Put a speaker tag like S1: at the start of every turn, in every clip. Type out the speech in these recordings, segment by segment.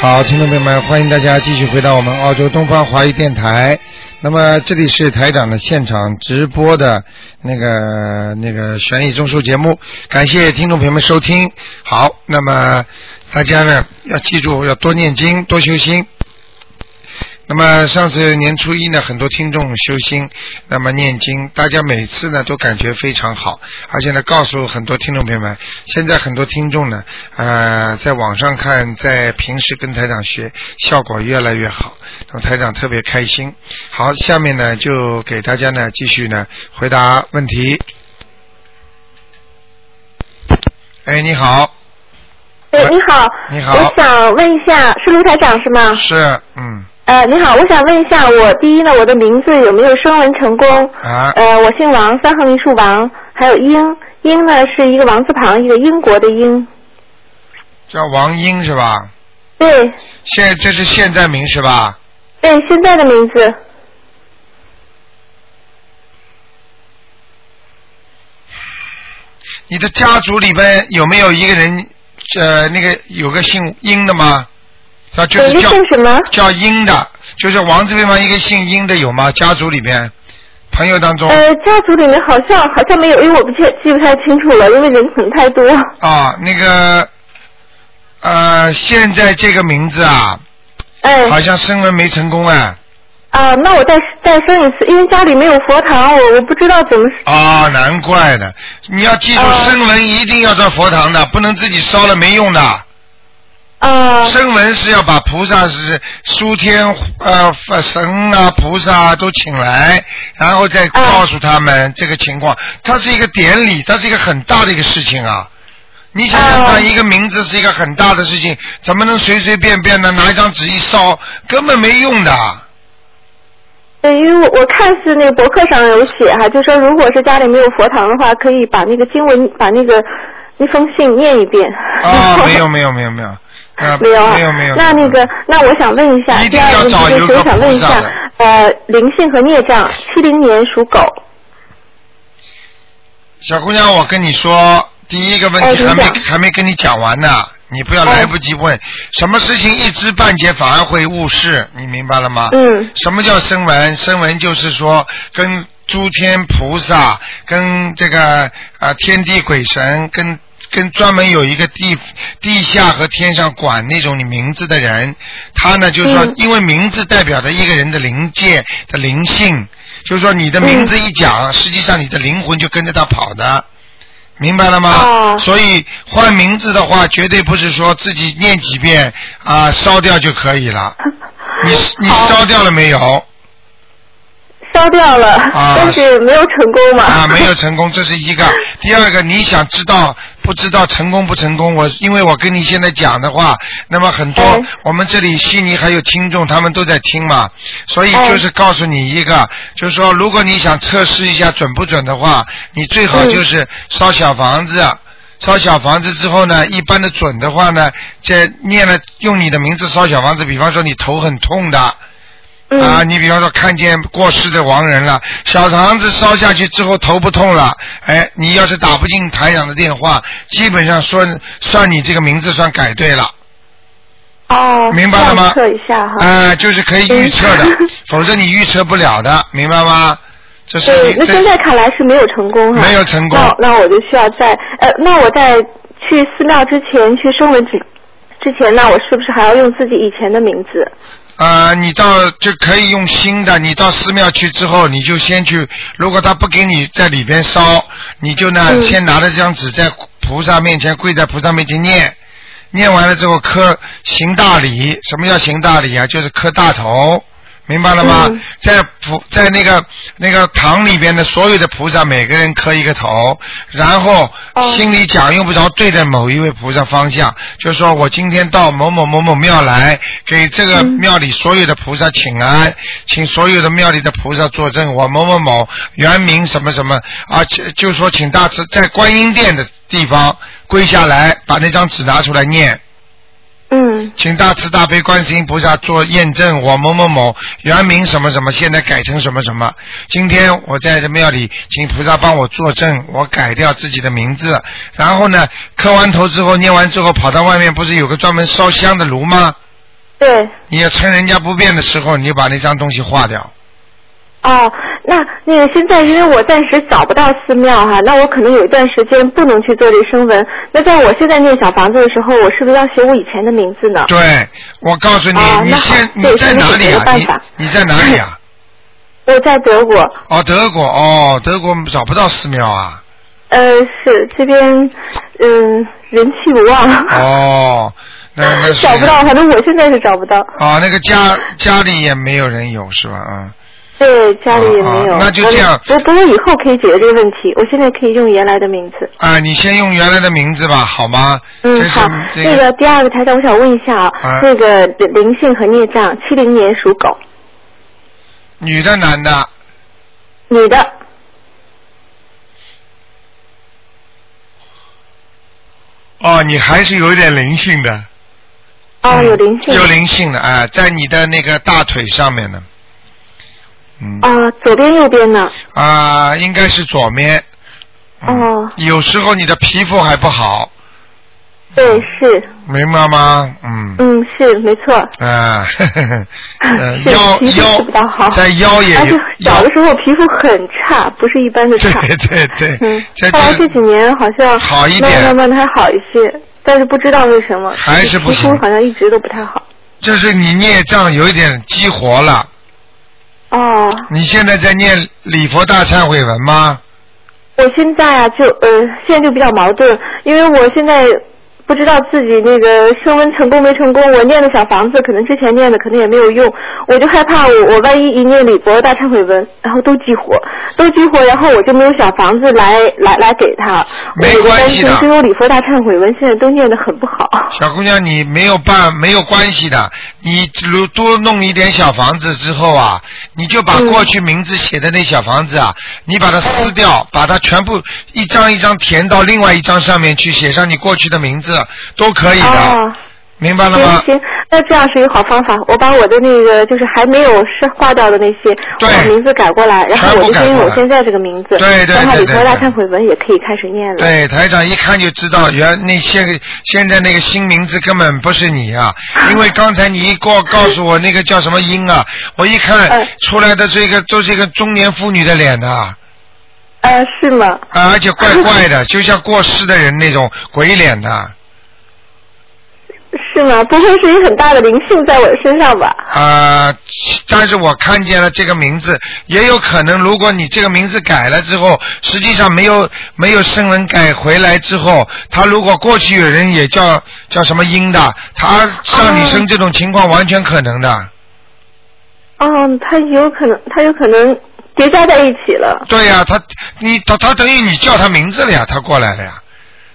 S1: 好，听众朋友们，欢迎大家继续回到我们澳洲东方华语电台。那么这里是台长的现场直播的那个那个悬疑综述节目，感谢听众朋友们收听。好，那么大家呢要记住要多念经，多修心。那么上次年初一呢，很多听众修心，那么念经，大家每次呢都感觉非常好，而且呢告诉很多听众朋友们，现在很多听众呢，呃，在网上看，在平时跟台长学，效果越来越好，那么台长特别开心。好，下面呢就给大家呢继续呢回答问题。哎，你好，
S2: 哎，你好，
S1: 你好
S2: 我想问一下，是卢台长是吗？
S1: 是，嗯，
S2: 呃，你好，我想问一下，我第一呢，我的名字有没有声纹成功？
S1: 啊，
S2: 呃，我姓王，三横一竖王，还有英，英呢是一个王字旁，一个英国的英。
S1: 叫王英是吧？
S2: 对，
S1: 现这是现在名是吧？
S2: 对，现在的名字，
S1: 你的家族里边有没有一个人，呃，那个有个姓殷的吗？啊，就
S2: 对，
S1: 是
S2: 这
S1: 叫
S2: 姓什么？
S1: 叫殷的，就是王字边旁一个姓殷的有吗？家族里边，朋友当中
S2: 呃，家族里面好像好像没有，因为我不记记不太清楚了，因为人可能太多。
S1: 啊，那个，呃，现在这个名字啊，
S2: 哎，
S1: 好像升文没成功啊。
S2: 啊，那我再再生一次，因为家里没有佛堂，我我不知道怎么。
S1: 啊、难怪的！你要记住，
S2: 哦
S1: 升文一定要到佛堂的，不能自己烧了没用的。
S2: 啊、
S1: 声闻是要把菩萨是诸天呃佛神啊菩萨啊都请来，然后再告诉他们这个情况。它是一个典礼，它是一个很大的一个事情啊。你想想
S2: 哦
S1: 看，一个名字是一个很大的事情，啊怎么能随随便便的拿一张纸一烧，根本没用的。啊
S2: 对，因为我我看是那个博客上有写哈、就说如果是家里没有佛堂的话，可以把那个经文，把那个那封信念一遍。
S1: 哦，没有没有没有没有，啊
S2: 没有啊
S1: 没有没有。嗯
S2: 那那个，那我想问一下，
S1: 一定
S2: 第二
S1: 要
S2: 个
S1: 找
S2: 问题
S1: 有
S2: 就是
S1: 个
S2: 我想问一下
S1: 菩萨的，
S2: 呃，灵性和孽障，七零年属狗，
S1: 啊小姑娘，我跟你说，第一个问题
S2: 哎
S1: 还没、
S2: 你讲
S1: 还没跟你讲完呢，你不要来不及问，什么事情一知半解反而会误事，你明白了吗？
S2: 嗯，
S1: 什么叫声闻？声闻就是说跟诸天菩萨、跟这个啊、呃天地鬼神、跟跟专门有一个地地下和天上管那种你名字的人，他呢就是说
S2: 嗯，
S1: 因为名字代表着一个人的灵界的灵性，就是说你的名
S2: 嗯
S1: 字一讲，实际上你的灵魂就跟着他跑的。明白了吗？
S2: 哦
S1: 所以换名字的话，绝对不是说自己念几遍啊、烧掉就可以了。 你你
S2: 好
S1: 烧掉了没 有？
S2: 烧掉了，
S1: 啊
S2: 但是没有成功嘛。
S1: 啊，没有。成功，这是一个。第二个，你想知道不知道成功不成功？我因为我跟你现在讲的话，那么很多、
S2: 哎
S1: 我们这里悉尼还有听众，他们都在听嘛，所以
S2: 哎
S1: 就是告诉你一个，就是说如果你想测试一下准不准的话，你最好
S2: 嗯
S1: 就是烧小房子。烧小房子之后呢，一般的准的话呢，这念了用你的名字烧小房子，比方说你头很痛的，
S2: 嗯、
S1: 啊，你比方说看见过世的亡人了，小肠子烧下去之后头不痛了，哎，你要是打不进台长的电话，基本上算算你这个名字算改对
S2: 啊
S1: 了，
S2: 哦，
S1: 明白了吗
S2: 测一下哈。
S1: 啊、就是可以预测的
S2: 嗯，
S1: 否则你预测不了的，明白吗？这是
S2: 对，那
S1: 这
S2: 现在看来是没有成功哈、
S1: 没有成功
S2: 那那我就需要在呃，那我在去寺庙之前，去声闻之之前，那我是不是还要用自己以前的名字？
S1: 啊，你到就可以用新的，你到寺庙去之后，你就先去，如果他不给你在里边烧，你就呢、
S2: 嗯
S1: 先拿着这张纸在菩萨面前跪在菩萨面前念，念完了之后磕行大礼，什么叫行大礼啊？就是磕大头。明白了吗？
S2: 嗯
S1: 在菩在那个那个堂里边的所有的菩萨，每个人磕一个头，然后
S2: 哦
S1: 心里讲用不着对着某一位菩萨方向，就说我今天到某某某某庙来，给这个
S2: 嗯
S1: 庙里所有的菩萨请安，请所有的庙里的菩萨作证，我某某某原名什么什么啊，就就说请大慈在观音殿的地方跪下来，把那张纸拿出来念。
S2: 嗯，
S1: 请大慈大悲观世音菩萨做验证，我某某某原名什么什么，现在改成什么什么。今天我在这庙里，请菩萨帮我作证，我改掉自己的名字。然后呢，磕完头之后，念完之后，跑到外面，不是有个专门烧香的炉吗？
S2: 对，
S1: 你要趁人家不变的时候，你就把那张东西化掉。
S2: 哦，那那个现在因为我暂时找不到寺庙哈、那我可能有一段时间不能去做这声纹。那在我现在念小房子的时候，我是不是要写我以前的名字呢？
S1: 对，我告诉你，
S2: 哦
S1: 你
S2: 那好
S1: 现你
S2: 对
S1: 在
S2: 那
S1: 哪
S2: 有
S1: 里
S2: 别的
S1: 啊？
S2: 办
S1: 你
S2: 法
S1: 你在哪里啊？
S2: 我在德国，
S1: 哦，德国哦，德国找不到寺庙啊。
S2: 呃，是这边嗯、人气不旺，
S1: 哦，那那是
S2: 找不到，反正我现在是找不到。
S1: 哦，那个家家里也没有人有是吧？啊、
S2: 对，家里也没有。
S1: 哦哦那就这样
S2: 我不过以后可以解决这个问题，我现在可以用原来的名字。
S1: 啊，你先用原来的名字吧，好吗？这
S2: 嗯，
S1: 是
S2: 好。
S1: 这
S2: 那个第二个台长，我想问一下
S1: 啊
S2: 啊，那个灵性和孽障，七零年属狗，
S1: 女的男的，
S2: 女的。
S1: 哦，你还是有一点灵性的。
S2: 哦，
S1: 嗯
S2: 有灵性。
S1: 有灵性的啊，在你的那个大腿上面呢。嗯
S2: 啊、左边右边呢？
S1: 啊，应该是左面。嗯
S2: 哦
S1: 有时候你的皮肤还不好，
S2: 对，是，
S1: 明白吗？嗯。
S2: 嗯，是，没错。
S1: 啊， 呵呵呵 呃
S2: 是
S1: 腰
S2: 皮肤是不大
S1: 腰
S2: 好
S1: 在腰也
S2: 而且
S1: 有
S2: 啊小
S1: 腰
S2: 的，时候皮肤很差，不是一般的差。
S1: 对 对对，
S2: 嗯
S1: 这，
S2: 后来
S1: 就
S2: 这几年好像
S1: 好一点
S2: 慢慢慢慢的还好一些，但是不知道为什么，
S1: 还是不
S2: 皮肤
S1: 行
S2: 好像一直都不太好。
S1: 这是你孽障有一点激活了。
S2: 哦，
S1: 你现在在念礼佛大忏悔文吗？
S2: 我现在啊，就呃，现在就比较矛盾，因为我现在不知道自己那个升温成功没成功。我念的小房子，可能之前念的可能也没有用，我就害怕我我万一一念李博大忏悔文，然后都激活，都激活，然后我就没有小房子来来来给他。
S1: 没关系的
S2: 我就担心只有礼佛大忏悔文现在都念得很不好。
S1: 小姑娘，你没有办没有关系的，你如多弄一点小房子之后啊，你就把
S2: 嗯
S1: 过去名字写的那小房子啊，你把它撕掉，把它全部一张一张填到另外一张上面去，写上你过去的名字都可以的，
S2: 哦，
S1: 明白了
S2: 行
S1: 吗？
S2: 行，那这样是一个好方法。我把我的那个就是还没有是划掉的那些，我
S1: 对
S2: 把名字改过来，然后
S1: 全
S2: 我
S1: 部
S2: 就
S1: 改
S2: 是用
S1: 过
S2: 我
S1: 来
S2: 现在这个名字，
S1: 对对
S2: 然后
S1: 对
S2: 李
S1: 对
S2: 博大
S1: 对
S2: 忏悔文也可以开始念了。
S1: 对，哎台长一看就知道，原那些现在那个新名字根本不是你啊，因为刚才你一告告诉我那个叫什么英啊，我一看
S2: 嗯
S1: 出来的这个都是一个中年妇女的脸呐、啊。
S2: 呃，是吗？
S1: 而且怪怪的，就像过世的人那种鬼脸的。
S2: 是吗？不会是有很大的灵性在我身上吧？
S1: 啊！但是我看见了这个名字，也有可能，如果你这个名字改了之后，实际上没有没有声纹改回来之后，他如果过去有人也叫叫什么英的，他像你生这种情况完全可能的。
S2: 哦，它有可能，它有可能叠加在一起了。
S1: 对呀、他你他他等于你叫他名字了呀，他过来了呀。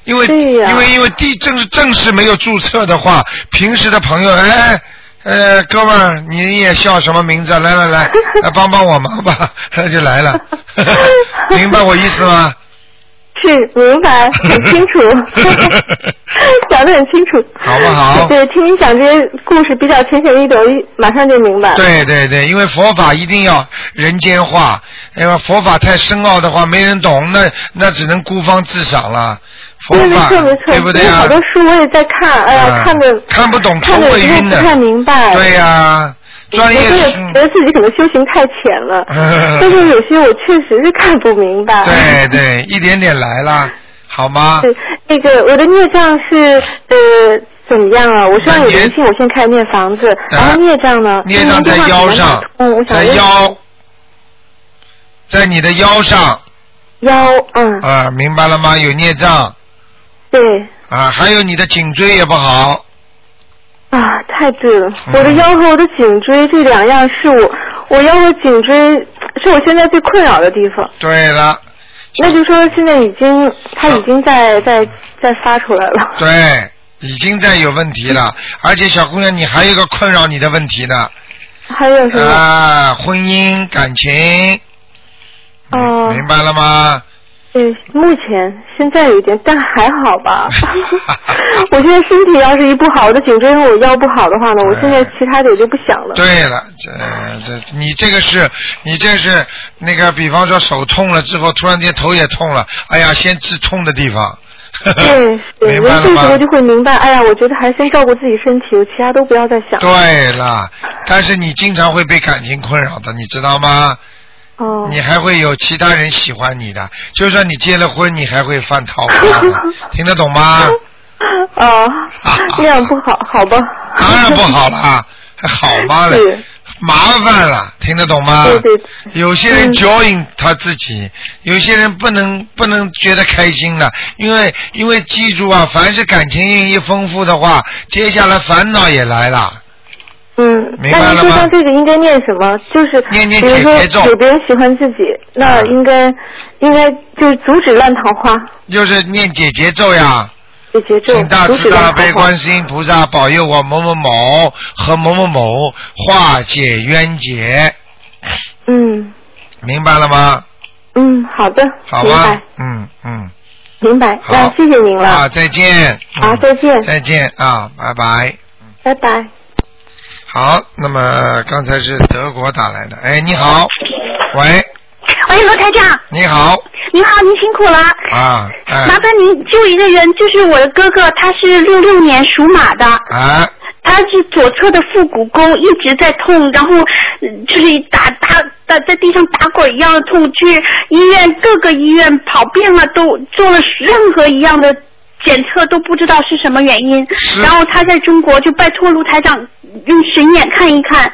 S1: 因为、
S2: 对呀
S1: 因为因为地正是正式没有注册的话，平时的朋友哎。呃，哥们儿，你也叫什么名字啊？来来 来，来帮帮我忙吧， 他就来了，明白我意思吗？
S2: 是，明白，很清楚， 讲得很清楚，
S1: 好不好
S2: 对，听你讲这些故事比较浅显易懂，一马上就明白了。
S1: 对对对，因为佛法一定要人间化，因为佛法太深奥的话，没人懂，那那只能孤芳自赏了。佛
S2: 对，没
S1: 法
S2: 错没错，
S1: 对不对
S2: 因为
S1: 啊？
S2: 好多书我也在看，哎呀，
S1: 嗯
S2: 看的
S1: 看不懂
S2: 看
S1: 头
S2: 的
S1: 会晕
S2: 不
S1: 的
S2: 太明白。
S1: 对呀、专业
S2: 我也觉
S1: 是，
S2: 得自己可能修行太浅了 但是有些我确实是看不明白。
S1: 对啊对，一点点来啦，好吗？
S2: 对，那个我的孽障是呃怎么样啊？我身上
S1: 那
S2: 有
S1: 孽嗯
S2: 灵性，我先开始念房子，然后孽障呢？
S1: 孽障在腰上
S2: 嗯，我，想
S1: 在
S2: 问
S1: 腰，在你的腰上
S2: 腰，嗯，
S1: 啊、明白了吗？有孽障
S2: 对
S1: 啊、还有你的颈椎也不好，
S2: 啊，太对了，
S1: 嗯
S2: 我的腰和我的颈椎这两样是我我腰和颈椎是我现在最困扰的地方。
S1: 对了，
S2: 那就说现在已经，它已经在在在发出来了。
S1: 啊对，已经在有问题了，而且小姑娘，你还有一个困扰你的问题呢
S2: 还有什么？
S1: 啊，婚姻感情，嗯
S2: 哦
S1: 明白了吗？
S2: 对，目前现在有一点，但还好 吧。我现在身体要是一不好，我的颈椎和我腰不好的话呢，我现在其他的也就不想了。
S1: 对了，这这你这个是，你这是那个，比方说手痛了之后，突然间头也痛了，哎呀，先治痛的地方。
S2: 对对，
S1: 明
S2: 我
S1: 白了
S2: 这时候
S1: 吗？
S2: 就会明白，哎呀，我觉得还是先照顾自己身体，其他都不要再想。
S1: 对了，但是你经常会被感情困扰的，你知道吗？
S2: 哦，
S1: 你还会有其他人喜欢你的，就算你结了婚，你还会犯桃花的，听得懂 吗？
S2: 哦， 那样不好，好吧？
S1: 当然不好了，还好 吗嘞？啊
S2: 是
S1: 麻烦了，听得懂吗？
S2: 对对
S1: 有些人
S2: 嗯
S1: join 他自己，有些人不能不能觉得开心了，因为因为记住啊，凡是感情运一丰富的话，接下来烦恼也来了。
S2: 嗯，
S1: 明白
S2: 那您
S1: 了
S2: 说
S1: 吗
S2: 像这个应该念什么？就是
S1: 念念
S2: 比
S1: 姐
S2: 如
S1: 姐咒嗯
S2: 说有别人喜欢自己，那应该、应该就是阻止烂桃花，
S1: 就是念姐姐咒呀，
S2: 解决咒
S1: 请大
S2: 阻
S1: 慈
S2: 止
S1: 大
S2: 烂桃
S1: 悲
S2: 花
S1: 观。世音菩萨保佑我某某某和某某某化解冤结，
S2: 嗯
S1: 明白了吗？
S2: 嗯，好的，
S1: 好
S2: 明
S1: 吧
S2: 白，
S1: 嗯嗯，
S2: 明白。
S1: 好
S2: 那谢谢您了，
S1: 啊，再见。嗯
S2: 好再见
S1: 再见啊，拜拜。
S2: 拜拜。
S1: 好，那么刚才是德国打来的，哎，你好，喂，
S3: 喂，哎罗台长，
S1: 你好，
S3: 您好，您辛苦了。
S1: 啊，哎
S3: 麻，烦您救一个人，就是我的哥哥，他是六六年属马的，
S1: 啊，
S3: 他是左侧的腹股沟一直在痛，然后嗯就是打打打在地上打滚一样的痛，去医院各个医院跑遍了，都做了任何一样的检测都不知道是什么原因
S1: 是。
S3: 然后他在中国就拜托卢台长用神眼看一看。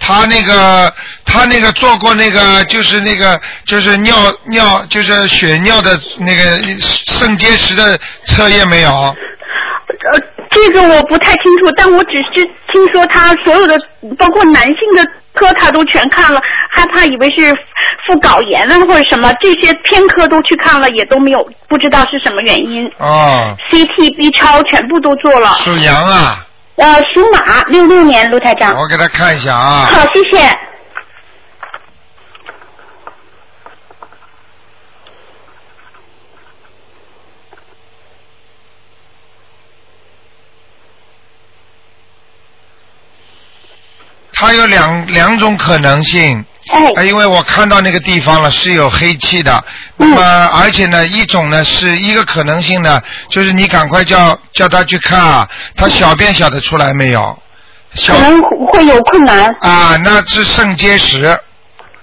S1: 他那个他那个做过那个就是那个就是尿尿就是血尿的那个肾结石的测验没有？
S3: 呃，这个我不太清楚，但我只是听说他所有的，包括男性的科，他都全看了，害怕以为是副睾炎啊或者什么，这些偏科都去看了，也都没有，不知道是什么原因。
S1: 哦，
S3: CT、B 超全部都做了。
S1: 属羊啊，
S3: 呃，属马，六六年，卢台长。
S1: 我给他看一下啊，
S3: 好，谢谢。
S1: 他有两两种可能性。
S3: 哎，
S1: 啊，因为我看到那个地方了，是有黑气的。那
S3: 嗯
S1: 么，而且呢，一种呢是一个可能性呢，就是你赶快叫叫他去看啊，他小便小得出来没有？小
S3: 可能会有困难。
S1: 啊，那是肾结石啊、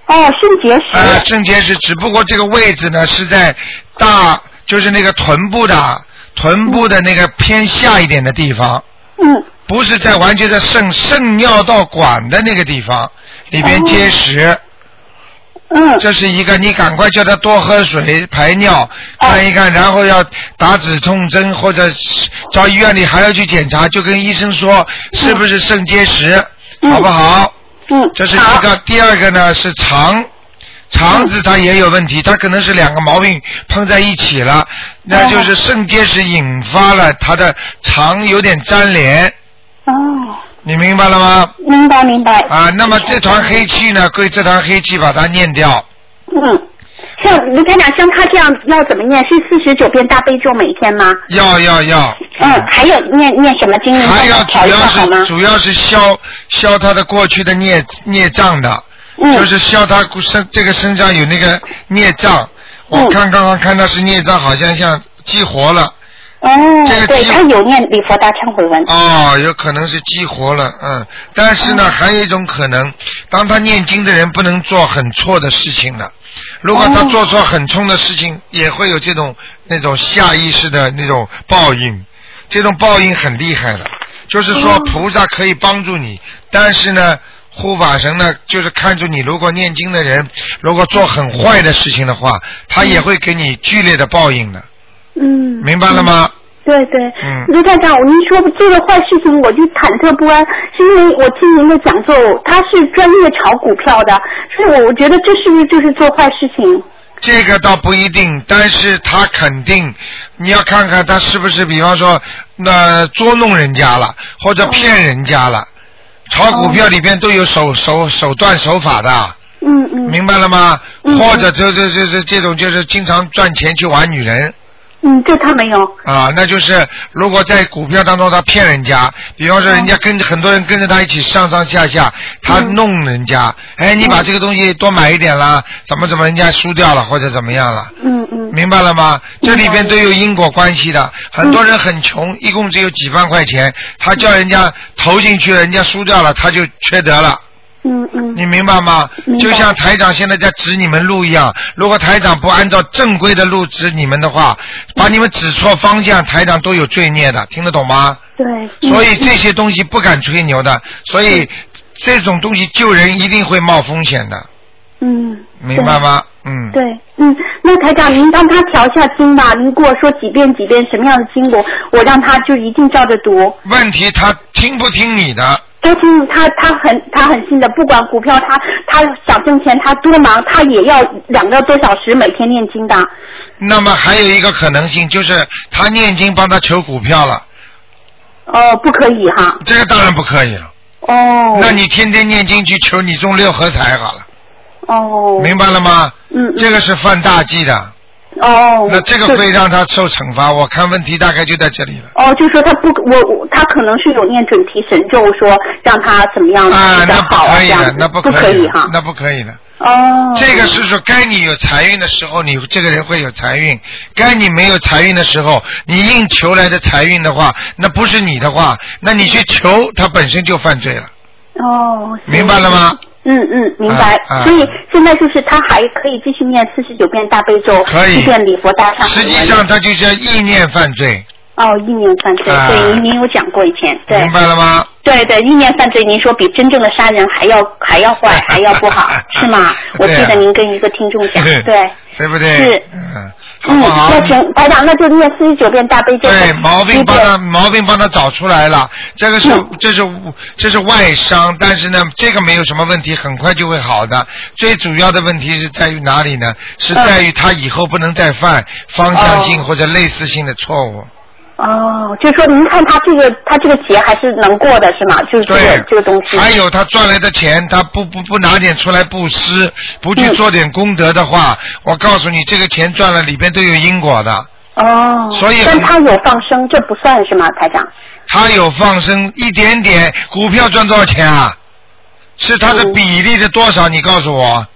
S3: 哦，肾结石。
S1: 呃肾结石，只不过这个位置呢是在大，就是那个臀部的臀部的那个偏下一点的地方，
S3: 嗯，
S1: 不是在完全在肾肾尿道管的那个地方里边结石。
S3: 嗯，
S1: 这是一个，你赶快叫他多喝水、排
S3: 哦
S1: 尿，看一看，然后要打止痛针或者是到医院里还要去检查，就跟医生说是不是肾结石，
S3: 嗯
S1: 好不好？
S3: 嗯，
S1: 这是一
S3: 好
S1: 个，第二个呢是肠，肠子它也有问题，它可能是两个毛病碰在一起
S3: 哦
S1: 了，那就是肾结石引发了它的肠有点粘连，
S3: 哦，
S1: 你明白了吗？
S3: 明白明白。
S1: 啊，那么这团黑气呢，归这团黑气把它念掉。
S3: 嗯，像卢台长，像他这样要怎么念？是四十九遍大悲咒每天吗？
S1: 要要要，
S3: 嗯，还有念念什么经？
S1: 还要主
S3: 调一下
S1: 要
S3: 嗯好吗
S1: 是？主要是消消他的过去的孽孽障的，
S3: 嗯，
S1: 就是消他身这个身上有那个孽障。我
S3: 嗯
S1: 看刚刚看到是孽障，好像像激活了，
S3: 哦
S1: 这个，
S3: 对
S1: 经
S3: 他有念礼佛大忏悔文。
S1: 哦，有可能是激活了，嗯。但是呢，还有一种可能，当他念经的人不能做很错的事情的。如果他
S3: 哦
S1: 做错很冲的事情，也会有这种那种下意识的那种报应，这种报应很厉害的。就是说，菩萨可以帮助你，但是呢，护法神呢，就是看住你，如果念经的人如果做很坏的事情的话，他也会给你剧烈的报应的，
S3: 嗯，
S1: 明白了吗？
S3: 对对
S1: 嗯，
S3: 卢站长，您说这个坏事情，我就忐忑不安，是因为我听您的讲座，他是专业炒股票的，所以我我觉得这是不是就是做坏事情？
S1: 这个倒不一定，但是他肯定，你要看看他是不是，比方说，那、捉弄人家了，或者骗人家了。炒股票里边都有手手手段手法的，
S3: 嗯嗯
S1: 明白了吗？
S3: 嗯
S1: 或者就就就就这种就是经常赚钱去玩女人，
S3: 嗯嗯，这他没有。
S1: 啊，那就是如果在股票当中他骗人家，比方说人家跟着、很多人跟着他一起上上下下，他弄人家，哎，你把这个东西多买一点啦，怎么怎么人家输掉了或者怎么样了。
S3: 嗯嗯
S1: 明白了吗？这里边都有因果关系的。很多人很
S3: 嗯
S1: 穷，一共只有几万块钱，他叫人家投进去了，人家输掉了，他就缺德了。
S3: 嗯嗯
S1: 你明白吗？
S3: 明白
S1: 就像台长现在在指你们路一样，如果台长不按照正规的路指你们的话，
S3: 嗯
S1: 把你们指错方向，台长都有罪孽的，听得懂吗？
S3: 对。
S1: 所以这些东西不敢吹牛的，所
S3: 嗯
S1: 以这种东西救人一定会冒风险的，
S3: 嗯。嗯
S1: 明白？吗？嗯，
S3: 对，嗯，那台长，您让他调一下经吧。您给我说几遍几遍什么样的经我我让他就一定照着读。
S1: 问题他听不听你的？
S3: 他听他他很他很信的，不管股票他他想挣钱，他多忙，他也要两个多小时每天念经的。
S1: 那么还有一个可能性就是他念经帮他求股票了，
S3: 哦，不可以哈。
S1: 这个当然不可以了。
S3: 哦。
S1: 那你天天念经去求你中六合彩好了，
S3: 哦。
S1: 明白了吗？
S3: 嗯
S1: 这个是犯大忌的，
S3: 嗯哦。
S1: 那这个
S3: 就
S1: 会让他受惩罚。我看问题大概就在这里了。
S3: 哦，就说他不，我我他可能是有念准提神咒，说让他怎么样
S1: 啊，
S3: 比较
S1: 那不
S3: 嗯好
S1: 可以
S3: 这样
S1: 的
S3: 子，
S1: 那不
S3: 不
S1: 可
S3: 以
S1: 以
S3: 哈
S1: 的，。那不可以的。
S3: 哦，
S1: 这个是说，该你有财运的时候，你这个人会有财运；该你没有财运的时候，你硬求来的财运的话，那不是你的话，那你去求，他本身就犯罪了，
S3: 哦，行
S1: 明白了吗？
S3: 嗯嗯，明白。
S1: 啊啊
S3: 所以现在就是他还可以继续念四十九遍大悲咒，
S1: 可以
S3: 七遍礼佛大忏悔
S1: 实
S3: 文。
S1: 际上，他就叫意念犯罪，
S3: 哦，一念犯罪，
S1: 啊
S3: 对，您您有讲过以前，对
S1: 明白了吗？
S3: 对对，一念犯罪，您说比真正的杀人还要还要 坏，还要不好，是吗？我记
S1: 对啊
S3: 得您跟一个听众讲，对。
S1: 对不对？
S3: 是
S1: 嗯，好
S3: 嗯，
S1: 不好？
S3: 那行，台长，那就念四十九遍大悲咒。
S1: 对，毛病帮他毛病帮他找出来了，这个是
S3: 嗯
S1: 这是这是外伤，但是呢，这个没有什么问题，很快就会好的。最主要的问题是在于哪里呢？是在于他以后不能再犯方向性
S3: 嗯哦
S1: 或者类似性的错误。
S3: 哦，就是说您看他这个他这个节还是能过的，是吗？就是这
S1: 对
S3: 个这个东，西。
S1: 还有他赚来的钱，他不不不拿点出来布施，不去
S3: 嗯
S1: 做点功德的话，我告诉你，这个钱赚了里边都有因果的。
S3: 哦，
S1: 所以
S3: 但他有放生，这不算是吗，台长？
S1: 他有放生一点点，股票赚多少钱啊？是它的
S3: 嗯
S1: 比例的多少？你告诉我，
S3: 嗯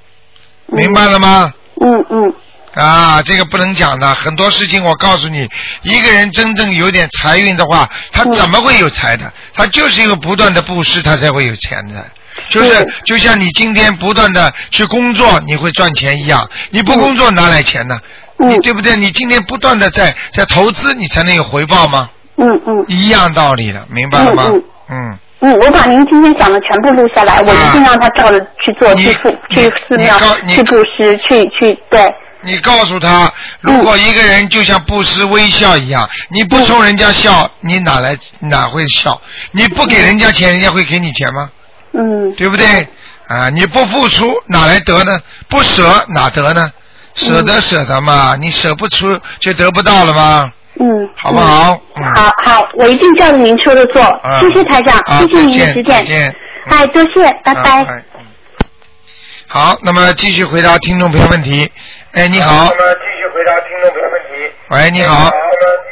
S1: 明白了吗？
S3: 嗯嗯，
S1: 啊，这个不能讲的，很多事情我告诉你，一个人真正有点财运的话，他
S3: 嗯
S1: 怎么会有财的？他就是因为不断的布施，他才会有钱的。就是
S3: 嗯
S1: 就像你今天不断的去工作，你会赚钱一样，你不工作哪来钱呢？
S3: 嗯
S1: 你对不对？你今天不断的在在投资，你才能有回报吗？
S3: 嗯嗯
S1: 一样道理了，明白了吗？
S3: 嗯
S1: 嗯，
S3: 嗯，我把您今天讲的全部录下来，我一定让他照着去做，
S1: 啊你
S3: 去付，去寺
S1: 你
S3: 庙
S1: 告，你
S3: 去布施，去去对，
S1: 你告诉他，如果一个人就像不失微笑一样，你不冲人家笑，你哪来哪会笑？你不给人家钱，人家会给你钱吗？
S3: 嗯
S1: 对不对？啊，你不付出哪来得呢？不舍哪得呢？舍得舍得嘛，你舍不出就得不到了吗？
S3: 嗯，
S1: 好不好？
S3: 嗯？
S1: 嗯，
S3: 好好，我一定照着您说的做
S1: 啊，
S3: 谢谢台长
S1: 啊，
S3: 谢谢您
S1: 再见
S3: 的指
S1: 再
S3: 点，
S1: 见嗯
S3: 哎，多谢，拜
S1: 啊
S3: 拜。。
S1: 哎嗯好，那么继续回答听众朋友问题。哎，你好
S4: 那，么继续回答听众朋友问题。
S1: 喂，你好，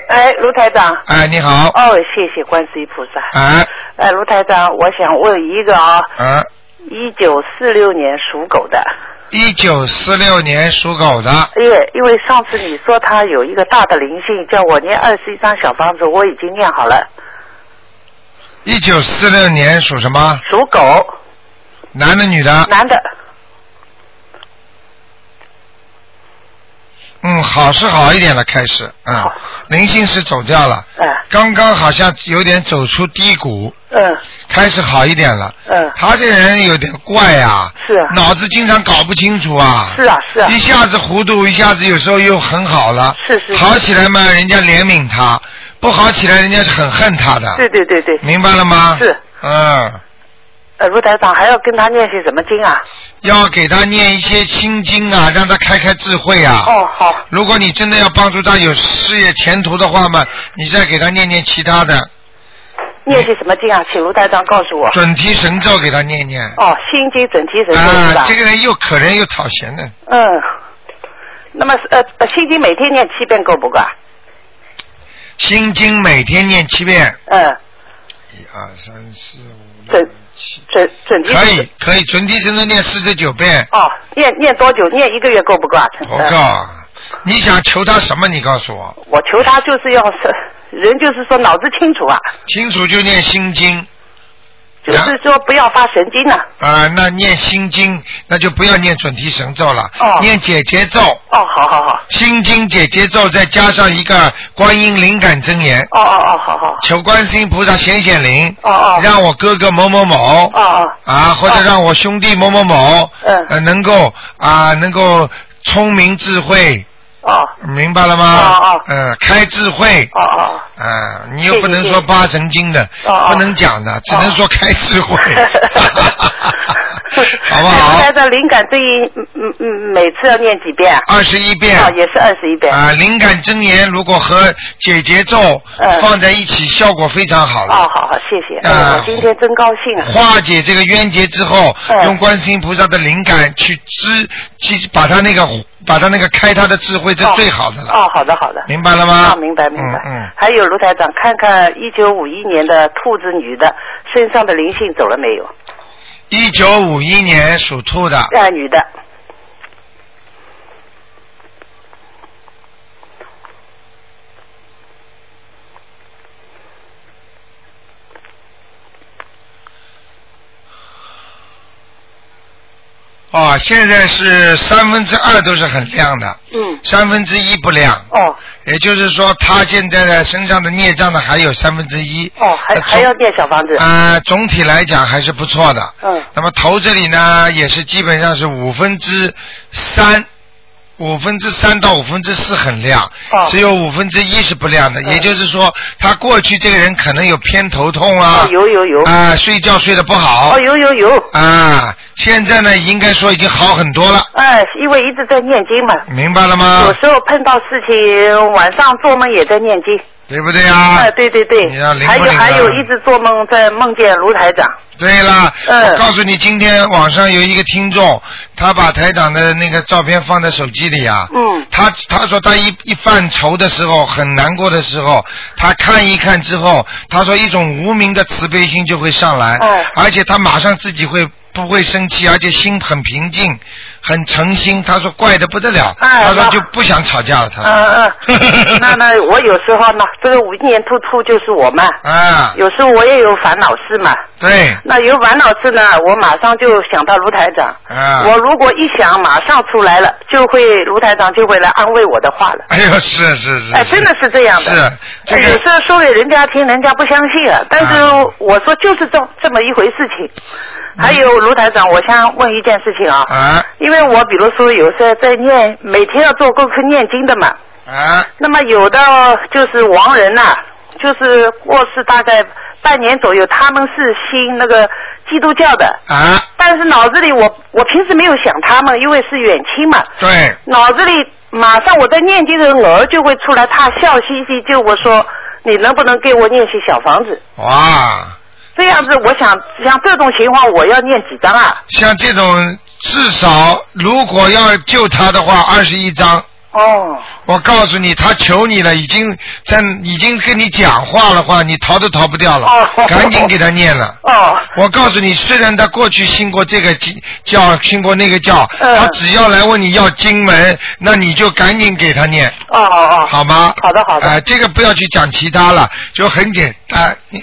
S5: 哎，卢台长，
S1: 哎，你好，
S5: 哦，谢谢观世音菩萨。
S1: 哎，
S5: 哎，卢台长，我想问一个啊，
S1: 啊，
S5: 一九四六年属狗的，
S1: 一九四六年属狗的，
S5: 因为因为上次你说他有一个大的灵性，叫我念二十一张小房子，我已经念好了。
S1: 一九四六年属什么？
S5: 属狗，
S1: 男的女的？
S5: 男的，
S1: 嗯，好是好一点了，开始啊
S5: 好，
S1: 灵性是走掉了，
S5: 哎，
S1: 刚刚好像有点走出低谷，
S5: 嗯
S1: 开始好一点了。
S5: 嗯，
S1: 他这人有点怪啊，
S5: 是啊
S1: 脑子经常搞不清楚啊，
S5: 是啊是啊
S1: 一下子糊涂，一下子有时候又很好了，
S5: 是是是
S1: 好起来嘛，人家怜悯他；不好起来，人家是很恨他的，
S5: 对对对对，
S1: 明白了吗？
S5: 是，
S1: 嗯，
S5: 呃，卢台长还要跟他念些什么经啊？
S1: 要给他念一些心经啊，让他开开智慧啊。
S5: 哦，好，
S1: 如果你真的要帮助他有事业前途的话嘛，你再给他念念其他的
S5: 念些什么经啊？请卢台长告诉我。
S1: 准提神咒，给他念念。
S5: 哦，心经准提神咒是吧
S1: 啊，这个人又可怜又讨嫌的，
S5: 嗯，那么是呃，呃心经每天念七遍够不够啊？
S1: 心经每天念七遍，
S5: 嗯，
S1: 一二三四五
S5: 对
S1: 六七，
S5: 准准提
S1: 可以可以，准提神咒念四十九遍。
S5: 哦，念念多久？念一个月够不够啊？
S1: 我
S5: 嗯
S1: 告诉你，你想求他什么？你告诉我，
S5: 我求他就是要 是人，就是说脑子清楚啊，
S1: 清楚就念心经
S5: 就是说不要发神经了、
S1: 啊、那念心经那就不要念准提神咒了，
S5: 哦
S1: 念解结咒。
S5: 哦，好好好，
S1: 心经解结咒，再加上一个观音灵感真言，
S5: 哦哦哦，好好，
S1: 求观世音菩萨显显灵，
S5: 哦哦，
S1: 让我哥哥某某某
S5: 哦哦，
S1: 啊，或者让我兄弟某某某，
S5: 嗯，
S1: 呃，能够啊，能够聪明智慧，
S5: 哦
S1: 明白了吗？
S5: 哦哦
S1: 嗯，开智慧。
S5: 哦哦，
S1: 啊，你又不能说八神经的，
S5: 哦哦
S1: 不能讲的，只能说开智 慧，好不
S5: 哎
S1: 好
S5: 台？的灵感对应，嗯嗯嗯，每次要念几遍啊？
S1: 二十一遍，
S5: 哦，也是二十一遍。
S1: 啊，灵感真言如果和解结咒
S5: 嗯
S1: 放在一起，效果非常好
S5: 哦，
S1: 了。
S5: 好好，谢谢。
S1: 啊
S5: 嗯，我今天真高兴啊。
S1: 化解这个冤结之后，
S5: 嗯
S1: 用观世音菩萨的灵感去支，去把他那个把他那个开他的智慧，这
S5: 哦
S1: 最好的了，
S5: 哦，好的好的。
S1: 明白了吗？
S5: 啊，明白明白。
S1: 嗯嗯。
S5: 还有卢台长，看看一九五一年的兔子女的身上的灵性走了没有？
S1: 啊一九五一年属兔的，
S5: 啊，女的。
S1: 哦，现在是三分之二都是很亮的，
S5: 嗯。
S1: 三分之一不亮，
S5: 哦
S1: 也就是说他现在的身上的孽障呢还有三分之一。
S5: 哦，还
S1: 那
S5: 还
S1: 总
S5: 要念小房子。
S1: 呃啊、总体来讲还是不错的。
S5: 嗯。
S1: 那么头这里呢，也是基本上是五分之三，五分之三到五分之四很亮，
S5: 哦
S1: 只有五分之一是不亮的。
S5: 嗯
S1: 也就是说，他过去这个人可能有偏头痛啊，
S5: 哦，有有有。
S1: 啊、睡觉睡得不好
S5: 哦，，有有有。
S1: 啊、现在呢，应该说已经好很多了，
S5: 哎，因为一直在念经嘛，
S1: 明白了吗
S5: 有？时候碰到事情，晚上做梦也在念经。
S1: 对不对啊？
S5: 哎对对对
S1: 你要灵，不
S5: 还有
S1: 灵啊
S5: 还有，一直做梦在梦见卢台长。
S1: 对了，
S5: 嗯
S1: 我告诉你，今天网上有一个听众，他把台长的那个照片放在手机里啊。
S5: 嗯
S1: 他他说他一一犯愁的时候，很难过的时候，他看一看之后，他说一种无名的慈悲心就会上来，
S5: 哎
S1: 而且他马上自己会不会生气，而且心很平静，很诚心。他说怪的不得了，
S5: 哎
S1: 他说
S5: 那
S1: 就不想吵架了。他
S5: 嗯
S1: 说
S5: 嗯，那那我有时候呢，这个五一年兔兔就是我嘛，
S1: 啊，
S5: 有时候我也有烦恼事嘛。
S1: 对
S5: 那有烦恼事呢，我马上就想到卢台长。
S1: 啊，
S5: 我如果一想，马上出来了，就会卢台长就会来安慰我的话了。
S1: 哎呦，是是是，
S5: 哎，真的是这样的。
S1: 是这
S5: 哎
S1: 个
S5: 有时候说给人家听，人家不相信啊。但是
S1: 啊
S5: 我说就是这这么一回事情。还有卢台长，我想问一件事情啊，
S1: 嗯啊
S5: 因为我比如说有时候在念，每天要做功课念经的嘛。
S1: 啊
S5: 那么有的就是亡人呐、就是过世大概半年左右，他们是信那个基督教的，
S1: 啊，
S5: 但是脑子里我我平时没有想他们，因为是远亲嘛。
S1: 对。
S5: 脑子里马上我在念经的时候，偶尔就会出来，他笑嘻嘻就我说，你能不能给我念些小房子？
S1: 哇，
S5: 这样子，我想像这种情况，我要念几张啊？
S1: 像这种至少如果要救他的话，二十一章。
S5: 哦，
S1: 我告诉你，他求你了，已经在已经跟你讲话了话，你逃都逃不掉了
S5: 哦，
S1: 赶紧给他念了。
S5: 哦，
S1: 我告诉你，虽然他过去信过这个教，信过那个教，
S5: 嗯
S1: 他只要来问你要经文，那你就赶紧给他念，
S5: 哦哦哦，
S1: 好吗？
S5: 好的好的
S1: 哎、这个不要去讲其他了，就很简单。你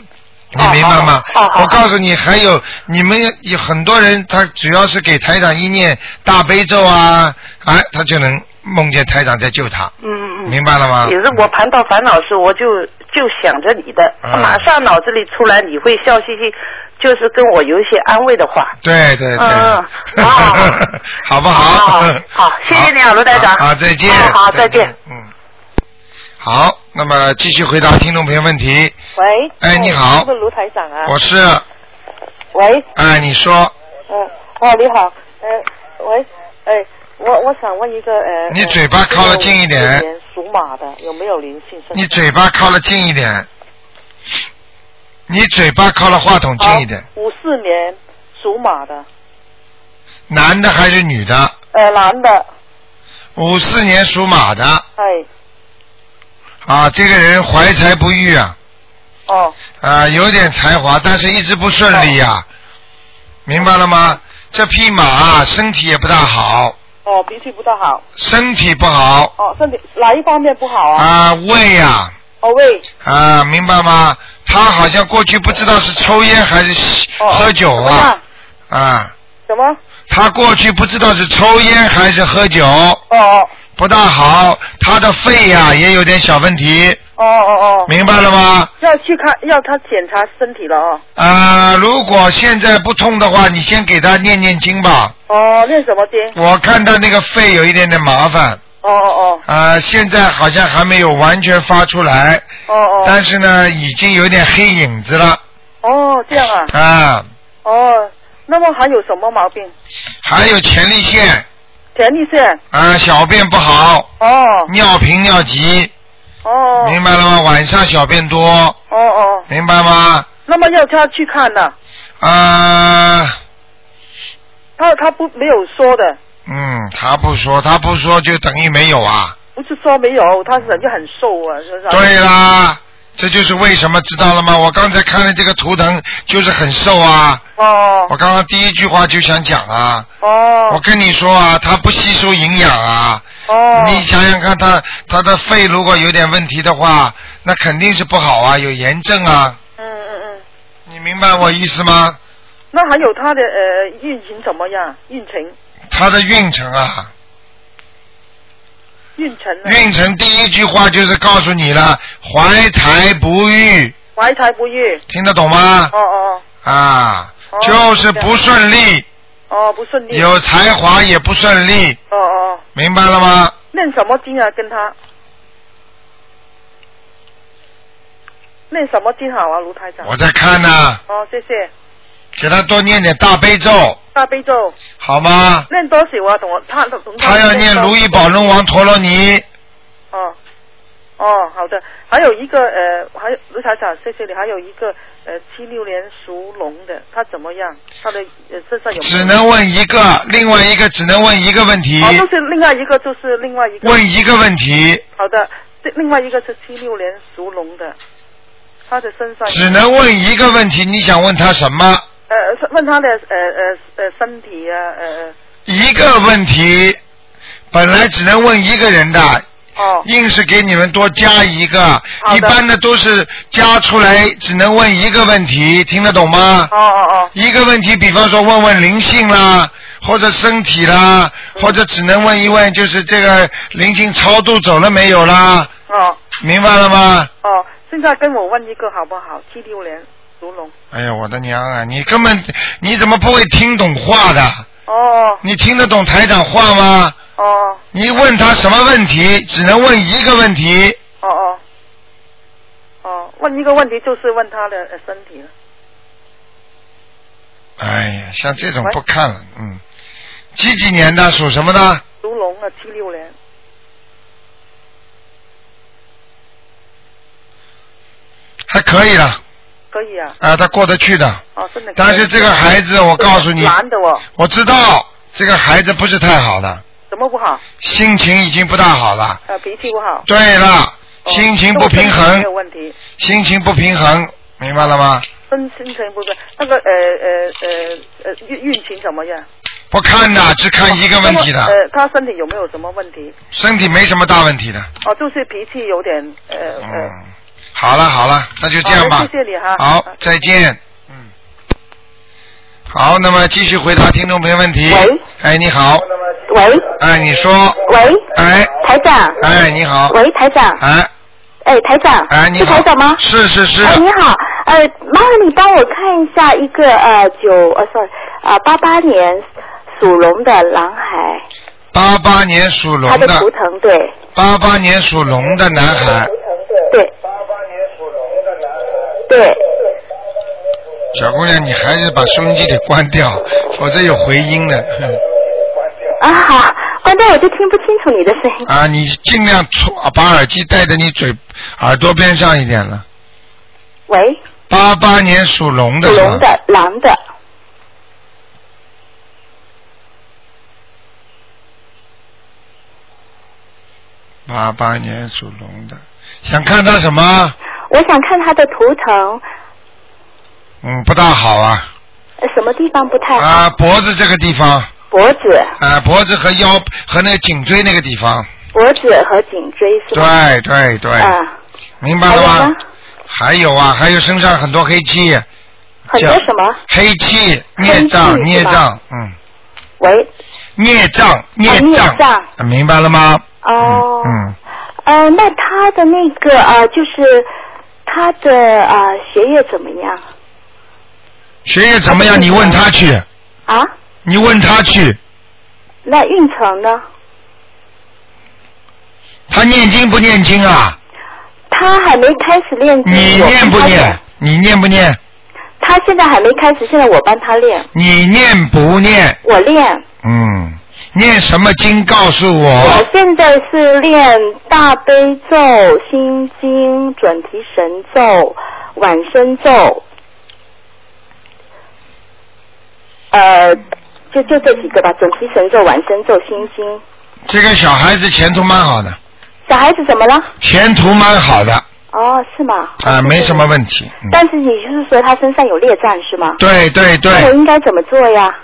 S1: 你明白吗？
S5: 哦好好好
S1: 我告诉你，还有你们有很多人，他只要是给台长一念大悲咒啊，哎，他就能梦见台长在救他，
S5: 嗯嗯嗯。
S1: 明白了吗？
S5: 也是我盘到烦恼时，我就就想着你的，
S1: 嗯
S5: 马上脑子里出来，你会笑嘻嘻，就是跟我有一些安慰的话。
S1: 对对对，
S5: 嗯 嗯好
S1: 好不
S5: 好好好谢谢你啊卢台长
S1: 好，好再见。
S5: 嗯好再见。
S1: 嗯，好，那么继续回答听众朋友问题。
S6: 喂，
S1: 哎你好
S5: 哦
S6: 是不是卢台长啊？
S1: 我是，
S6: 喂，
S1: 哎，你说，
S6: 嗯，哦，你好，呃，喂，哎，我我想问一个，呃，
S1: 你嘴巴靠得近一点
S6: 呃，属马的有没有灵性？
S1: 你嘴巴靠了近一点，你嘴巴靠了话筒近一点，
S6: 五四年属马的，
S1: 男的还是女的？
S6: 呃，男的，
S1: 五四年属马的，
S6: 哎，
S1: 啊，这个人怀才不遇啊，
S6: 哦，
S1: 啊，有点才华，但是一直不顺利呀、明白了吗？这匹马啊身体也不大好，
S6: 哦，脾气不大好，
S1: 身体不好
S6: 哦，身体哪一方面不好啊？
S1: 啊，胃呀、
S6: 哦喂，
S1: 啊，明白吗？他好像过去不知道是抽烟还是吸
S6: 哦，
S1: 喝酒啊，啊，
S6: 什么？
S1: 他过去不知道是抽烟还是喝酒，
S6: 哦哦
S1: 不大好，他的肺呀、也有点小问题，
S6: 哦哦哦，
S1: 明白了吗？
S6: 要去看，要他检查身体了哦。
S1: 啊，如果现在不痛的话，你先给他念念经吧。
S6: 哦，念什么经？
S1: 我看他那个肺有一点点麻烦，
S6: 哦哦
S1: 啊，现在好像还没有完全发出来，
S6: 哦哦
S1: 但是呢，已经有点黑影子了
S6: 哦，哦，这样啊，
S1: 啊。
S6: 哦，那么还有什么毛病？
S1: 还有前列腺
S6: 前列腺，
S1: 啊，小便不好，
S6: 哦
S1: 尿频尿急，
S6: 哦
S1: 明白了吗？晚上小便多，
S6: 哦哦，
S1: 明白吗？
S6: 那么要他去看呢、
S1: 啊，
S6: 他他不没有说的，
S1: 嗯，他不说，他不说就等于没有啊。
S6: 不是说没有，他人就很瘦啊，是不是？
S1: 对啦，这就是为什么知道了吗？我刚才看了这个图腾，就是很瘦啊。
S6: 哦
S1: 我刚刚第一句话就想讲啊，我
S6: 哦
S1: 跟你说啊，他不吸收营养啊。
S6: 哦，
S1: 你想想看他，他的肺如果有点问题的话，那肯定是不好啊，有炎症啊。
S6: 嗯嗯嗯，
S1: 你明白我意思吗？
S6: 那还有他的呃运情怎么样？运程
S1: 他的运程啊，
S6: 运程呢？
S1: 运程第一句话就是告诉你了，怀才不遇，
S6: 怀才不遇。
S1: 听得懂吗
S6: 哦？哦
S1: 啊
S6: 哦，
S1: 就是不顺利，
S6: 哦，不顺利。
S1: 有才华也不顺利，
S6: 哦哦，
S1: 明白了吗？
S6: 念什么经啊？跟他念什么经好啊？卢台长。
S1: 我在看呢、
S6: 哦，谢谢。
S1: 给他多念点大悲咒，
S6: 大悲咒
S1: 好吗？
S6: 念多少啊？等我他等
S1: 他要念如意宝龙王陀罗尼，
S6: 哦，哦，好的。还有一个呃，还有卢台长，谢谢你。还有一个呃，七六年属龙的，他怎么样？他的呃身上有没有
S1: 只能问一个，另外一个只能问一个问题
S6: 哦，，就是另外一个，就是另外一个。
S1: 问一个问题，
S6: 好的，这另外一个是七六年属龙的，他的身上
S1: 只能问一个问题，你想问他什么？
S6: 呃是问他的呃呃呃身体啊呃
S1: 一个问题，本来只能问一个人的，
S6: 呃哦
S1: 硬是给你们多加一个。
S6: 好的
S1: 一般的都是加出来只能问一个问题，听得懂吗？
S6: 哦哦
S1: 一个问题，比方说问问灵性啦，或者身体啦，
S6: 嗯
S1: 或者只能问一问，就是这个灵性超度走了没有啦，
S6: 哦哦
S1: 明白了吗？
S6: 哦，现在跟我问一个好不好？七六年属龙
S1: 哎呀，我的娘啊！你根本你怎么不会听懂话的？
S6: 哦
S1: 你听得懂台长话吗？
S6: 哦
S1: 你问他什么问题，只能问一个问题。
S6: 哦哦哦，问一个问题就是问他的呃身体了。
S1: 哎呀，像这种不看了，嗯。几几年的，属什么的？
S6: 属龙啊，七六年
S1: 还可以了，
S6: 可以啊，
S1: 啊，他过得去的。
S6: 哦真的可以。
S1: 但是这个孩子，我告诉你，
S6: 男的哦，
S1: 我知道这个孩子不是太好的，
S6: 怎么不好？
S1: 心情已经不大好了。
S6: 呃，脾气不好。
S1: 对了，
S6: 哦
S1: 心情不平
S6: 身体没有
S1: 衡，
S6: 问题。
S1: 心情不平衡，明白了吗？
S6: 分心情不是那个呃呃呃呃运运情怎么样？
S1: 不看的，只看一个问题
S6: 那么
S1: 的，
S6: 呃，他身体有没有什么问题？
S1: 身体没什么大问题的。
S6: 哦，就是脾气有点呃呃。
S1: 嗯，好了好了，那就这样吧
S6: 好。谢谢你哈
S1: 好
S6: 嗯，
S1: 再见。嗯。好，那么继续回答听众朋友问题。
S7: 喂。
S1: 哎，你好。
S7: 喂
S1: 哎，你说。
S7: 喂，
S1: 哎
S7: 台长，
S1: 哎，你好。
S7: 喂，台长，
S1: 哎
S7: 哎，台长，
S1: 哎，你
S7: 是
S1: 好。
S7: 台长吗？
S1: 是是是。
S7: 哎，你好，呃，麻烦你帮我看一下一个呃九呃 sorry 啊八八年属龙的男孩，
S1: 八八年属龙
S7: 他的图
S1: 的，
S7: 腾对
S1: 八八年属龙的男孩，
S7: 对对，
S1: 小姑娘，你还是把收音机给关掉，否则有回音的。哼
S7: 啊好，关键我就听不清楚你的声音。
S1: 啊，你尽量出啊把耳机戴在你嘴耳朵边上一点了。
S7: 喂，
S1: 八八年属龙的
S7: 属
S1: 是吧
S7: 龙的狼的，
S1: 八八八年属龙的，想看他什么？
S8: 我想看他的图腾，
S1: 嗯，不大好啊，
S8: 呃什么地方不太好？
S1: 啊，脖子这个地方，
S8: 脖子、
S1: 啊，脖子和腰和那个颈椎那个地方，
S8: 脖子和颈椎是吧？
S1: 对对对，
S7: 呃
S8: 啊，
S1: 明白
S8: 还有
S1: 了
S8: 呢
S1: 吗？？还有啊，还有身上很多黑气，
S8: 很多
S1: 叫
S8: 什么？
S1: 黑气、
S8: 黑气
S1: 孽障、
S8: 是吧
S1: 孽障，嗯，
S8: 喂，啊
S1: 孽障、孽
S8: 孽
S1: 障，
S8: 障
S1: 啊明白了吗？
S8: 哦，
S1: 嗯，嗯
S8: 呃，那他的那个呃，就是他的呃学业怎么样
S1: 学业怎么样？你问他去，
S8: 啊？
S1: 你问他去，
S8: 那运程呢？
S1: 他念经不念经啊？
S8: 他还没开始练经，
S1: 你
S8: 嗯我
S1: 念不
S8: 帮他
S1: 念？？你念不念？
S8: 他现在还没开始，现在我帮他练，
S1: 你念不念？
S8: 我练。
S1: 嗯，念什么经？告诉
S8: 我
S1: 我。
S8: 现在是练大悲咒、心经、准提神咒、晚生咒，呃，就就这几个吧，准提神咒、晚生咒、心经。
S1: 这个小孩子前途蛮好的，
S8: 小孩子怎么了？
S1: 前途蛮好的
S8: 哦，是吗？
S1: 啊，没什么问题。嗯、
S8: 但是你就是说他身上有劣障是吗？
S1: 对对
S8: 那我
S1: 对，
S8: 应该怎么做呀？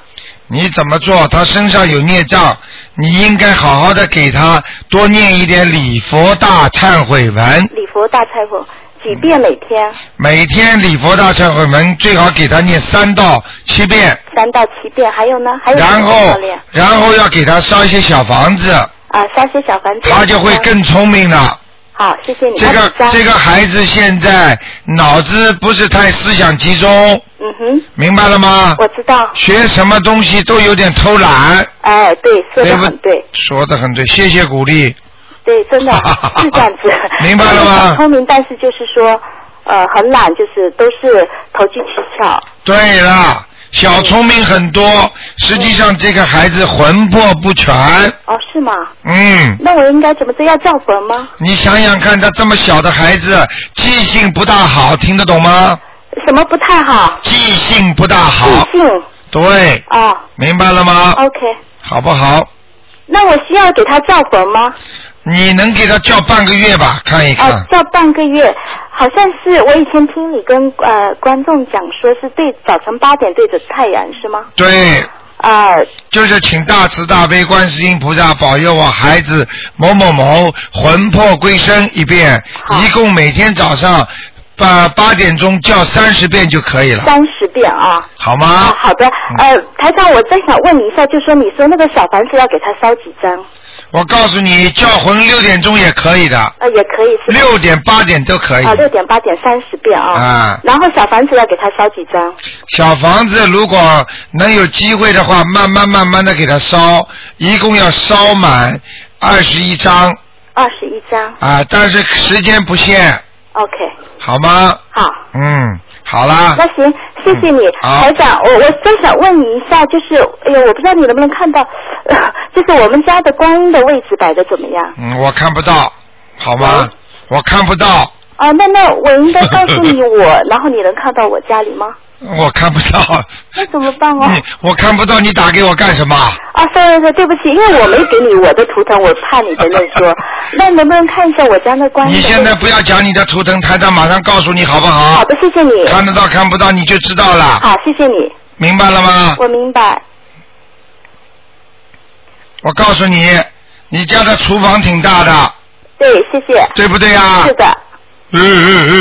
S1: 你怎么做？他身上有孽障，你应该好好的给他多念一点礼佛大忏悔文。
S8: 礼佛大忏悔几遍
S1: 嗯
S8: 每天？
S1: 每天礼佛大忏悔文最好给他念三到七遍，
S8: 三到七遍，还有呢？还有什
S1: 然
S8: 么
S1: 后
S8: 要练
S1: 然后要给他烧一些小房子，
S8: 啊，烧些小房子。
S1: 他就会更聪明了。
S8: 好，谢谢你。
S1: 这
S8: 那
S1: 个
S8: 几张
S1: 这个孩子现在脑子不是太思想集中，
S8: 嗯哼，
S1: 明白了吗？
S8: 我知道。
S1: 学什么东西都有点偷懒，
S8: 哎，对，说
S1: 对
S8: 的
S1: 不
S8: 很对，
S1: 说的很对，谢谢鼓励。
S8: 对，真 的是这样子。
S1: 明白 了吗
S8: 很聪明，但是就是说，呃，很懒，就是都是投机取巧。
S1: 对了，小聪明很多，实际上这个孩子魂魄不全。
S8: 哦，是吗？
S1: 嗯，
S8: 那我应该怎么做？要造坟吗？
S1: 你想想看，他这么小的孩子，记性不大好，听得懂吗？
S8: 什么不太好？
S1: 记性不大好
S8: 自，信
S1: 对，
S8: 哦
S1: 明白了吗？
S8: ，OK。
S1: 好不好？
S8: 那我需要给他造坟吗？
S1: 你能给他叫半个月吧，看一
S8: 哦
S1: 看，。
S8: 造半个月，好像是我以前听你跟呃观众讲说是对早晨八点对着太阳是吗？
S1: 对，
S8: 呃，
S1: 就是请大慈大悲观世音菩萨保佑我孩子某某某魂魄归生一遍，
S8: 好
S1: 一共每天早上八八点钟叫三十遍就可以了，
S8: 三十遍啊。
S1: 好吗
S8: 啊，？好的，
S1: 嗯
S8: 呃，台长，我正想问你一下，就说你说那个小房子要给他烧几张？
S1: 我告诉你，叫魂六点钟也可以的，
S8: 呃，也可以是吧
S1: 六点八点都可以。
S8: 啊，六点八点三十遍啊。
S1: 啊
S8: 然后小房子要给他烧几张？
S1: 小房子如果能有机会的话，慢慢慢慢的给它烧，一共要烧满二十一张
S8: 二十一张。
S1: 啊，但是时间不限，
S8: OK，
S1: 好吗？
S8: 好。
S1: 嗯，好啦
S8: 那，行，谢谢你，
S1: 嗯好
S8: 台长。我我正想问你一下，就是，哎呀，我不知道你能不能看到， 呃就是我们家的观音的位置摆的怎么样？
S1: 嗯，我看不到，
S8: 嗯
S1: 好吗？我看不到，
S8: 啊，那那我应该告诉 你我，然后你能看到我家里吗？
S1: 我看不到，
S8: 那怎么办哦？
S1: 你我看不到，你打给我干什么？
S8: 啊，sorry sorry，对不起，因为我没给你我的图腾，我怕你在那 说。那能不能看一下我家那观音？
S1: 你现在不要讲你的图腾，台长马上告诉你好不好
S8: 好？的，谢谢你。
S1: 看得到看不到你就知道了，
S8: 好，嗯谢谢你，
S1: 明白了吗？
S8: 我明白。
S1: 我告诉你，你家的厨房挺大的，
S8: 对，谢谢。
S1: 对啊不对呀、
S8: 是的，
S1: 嗯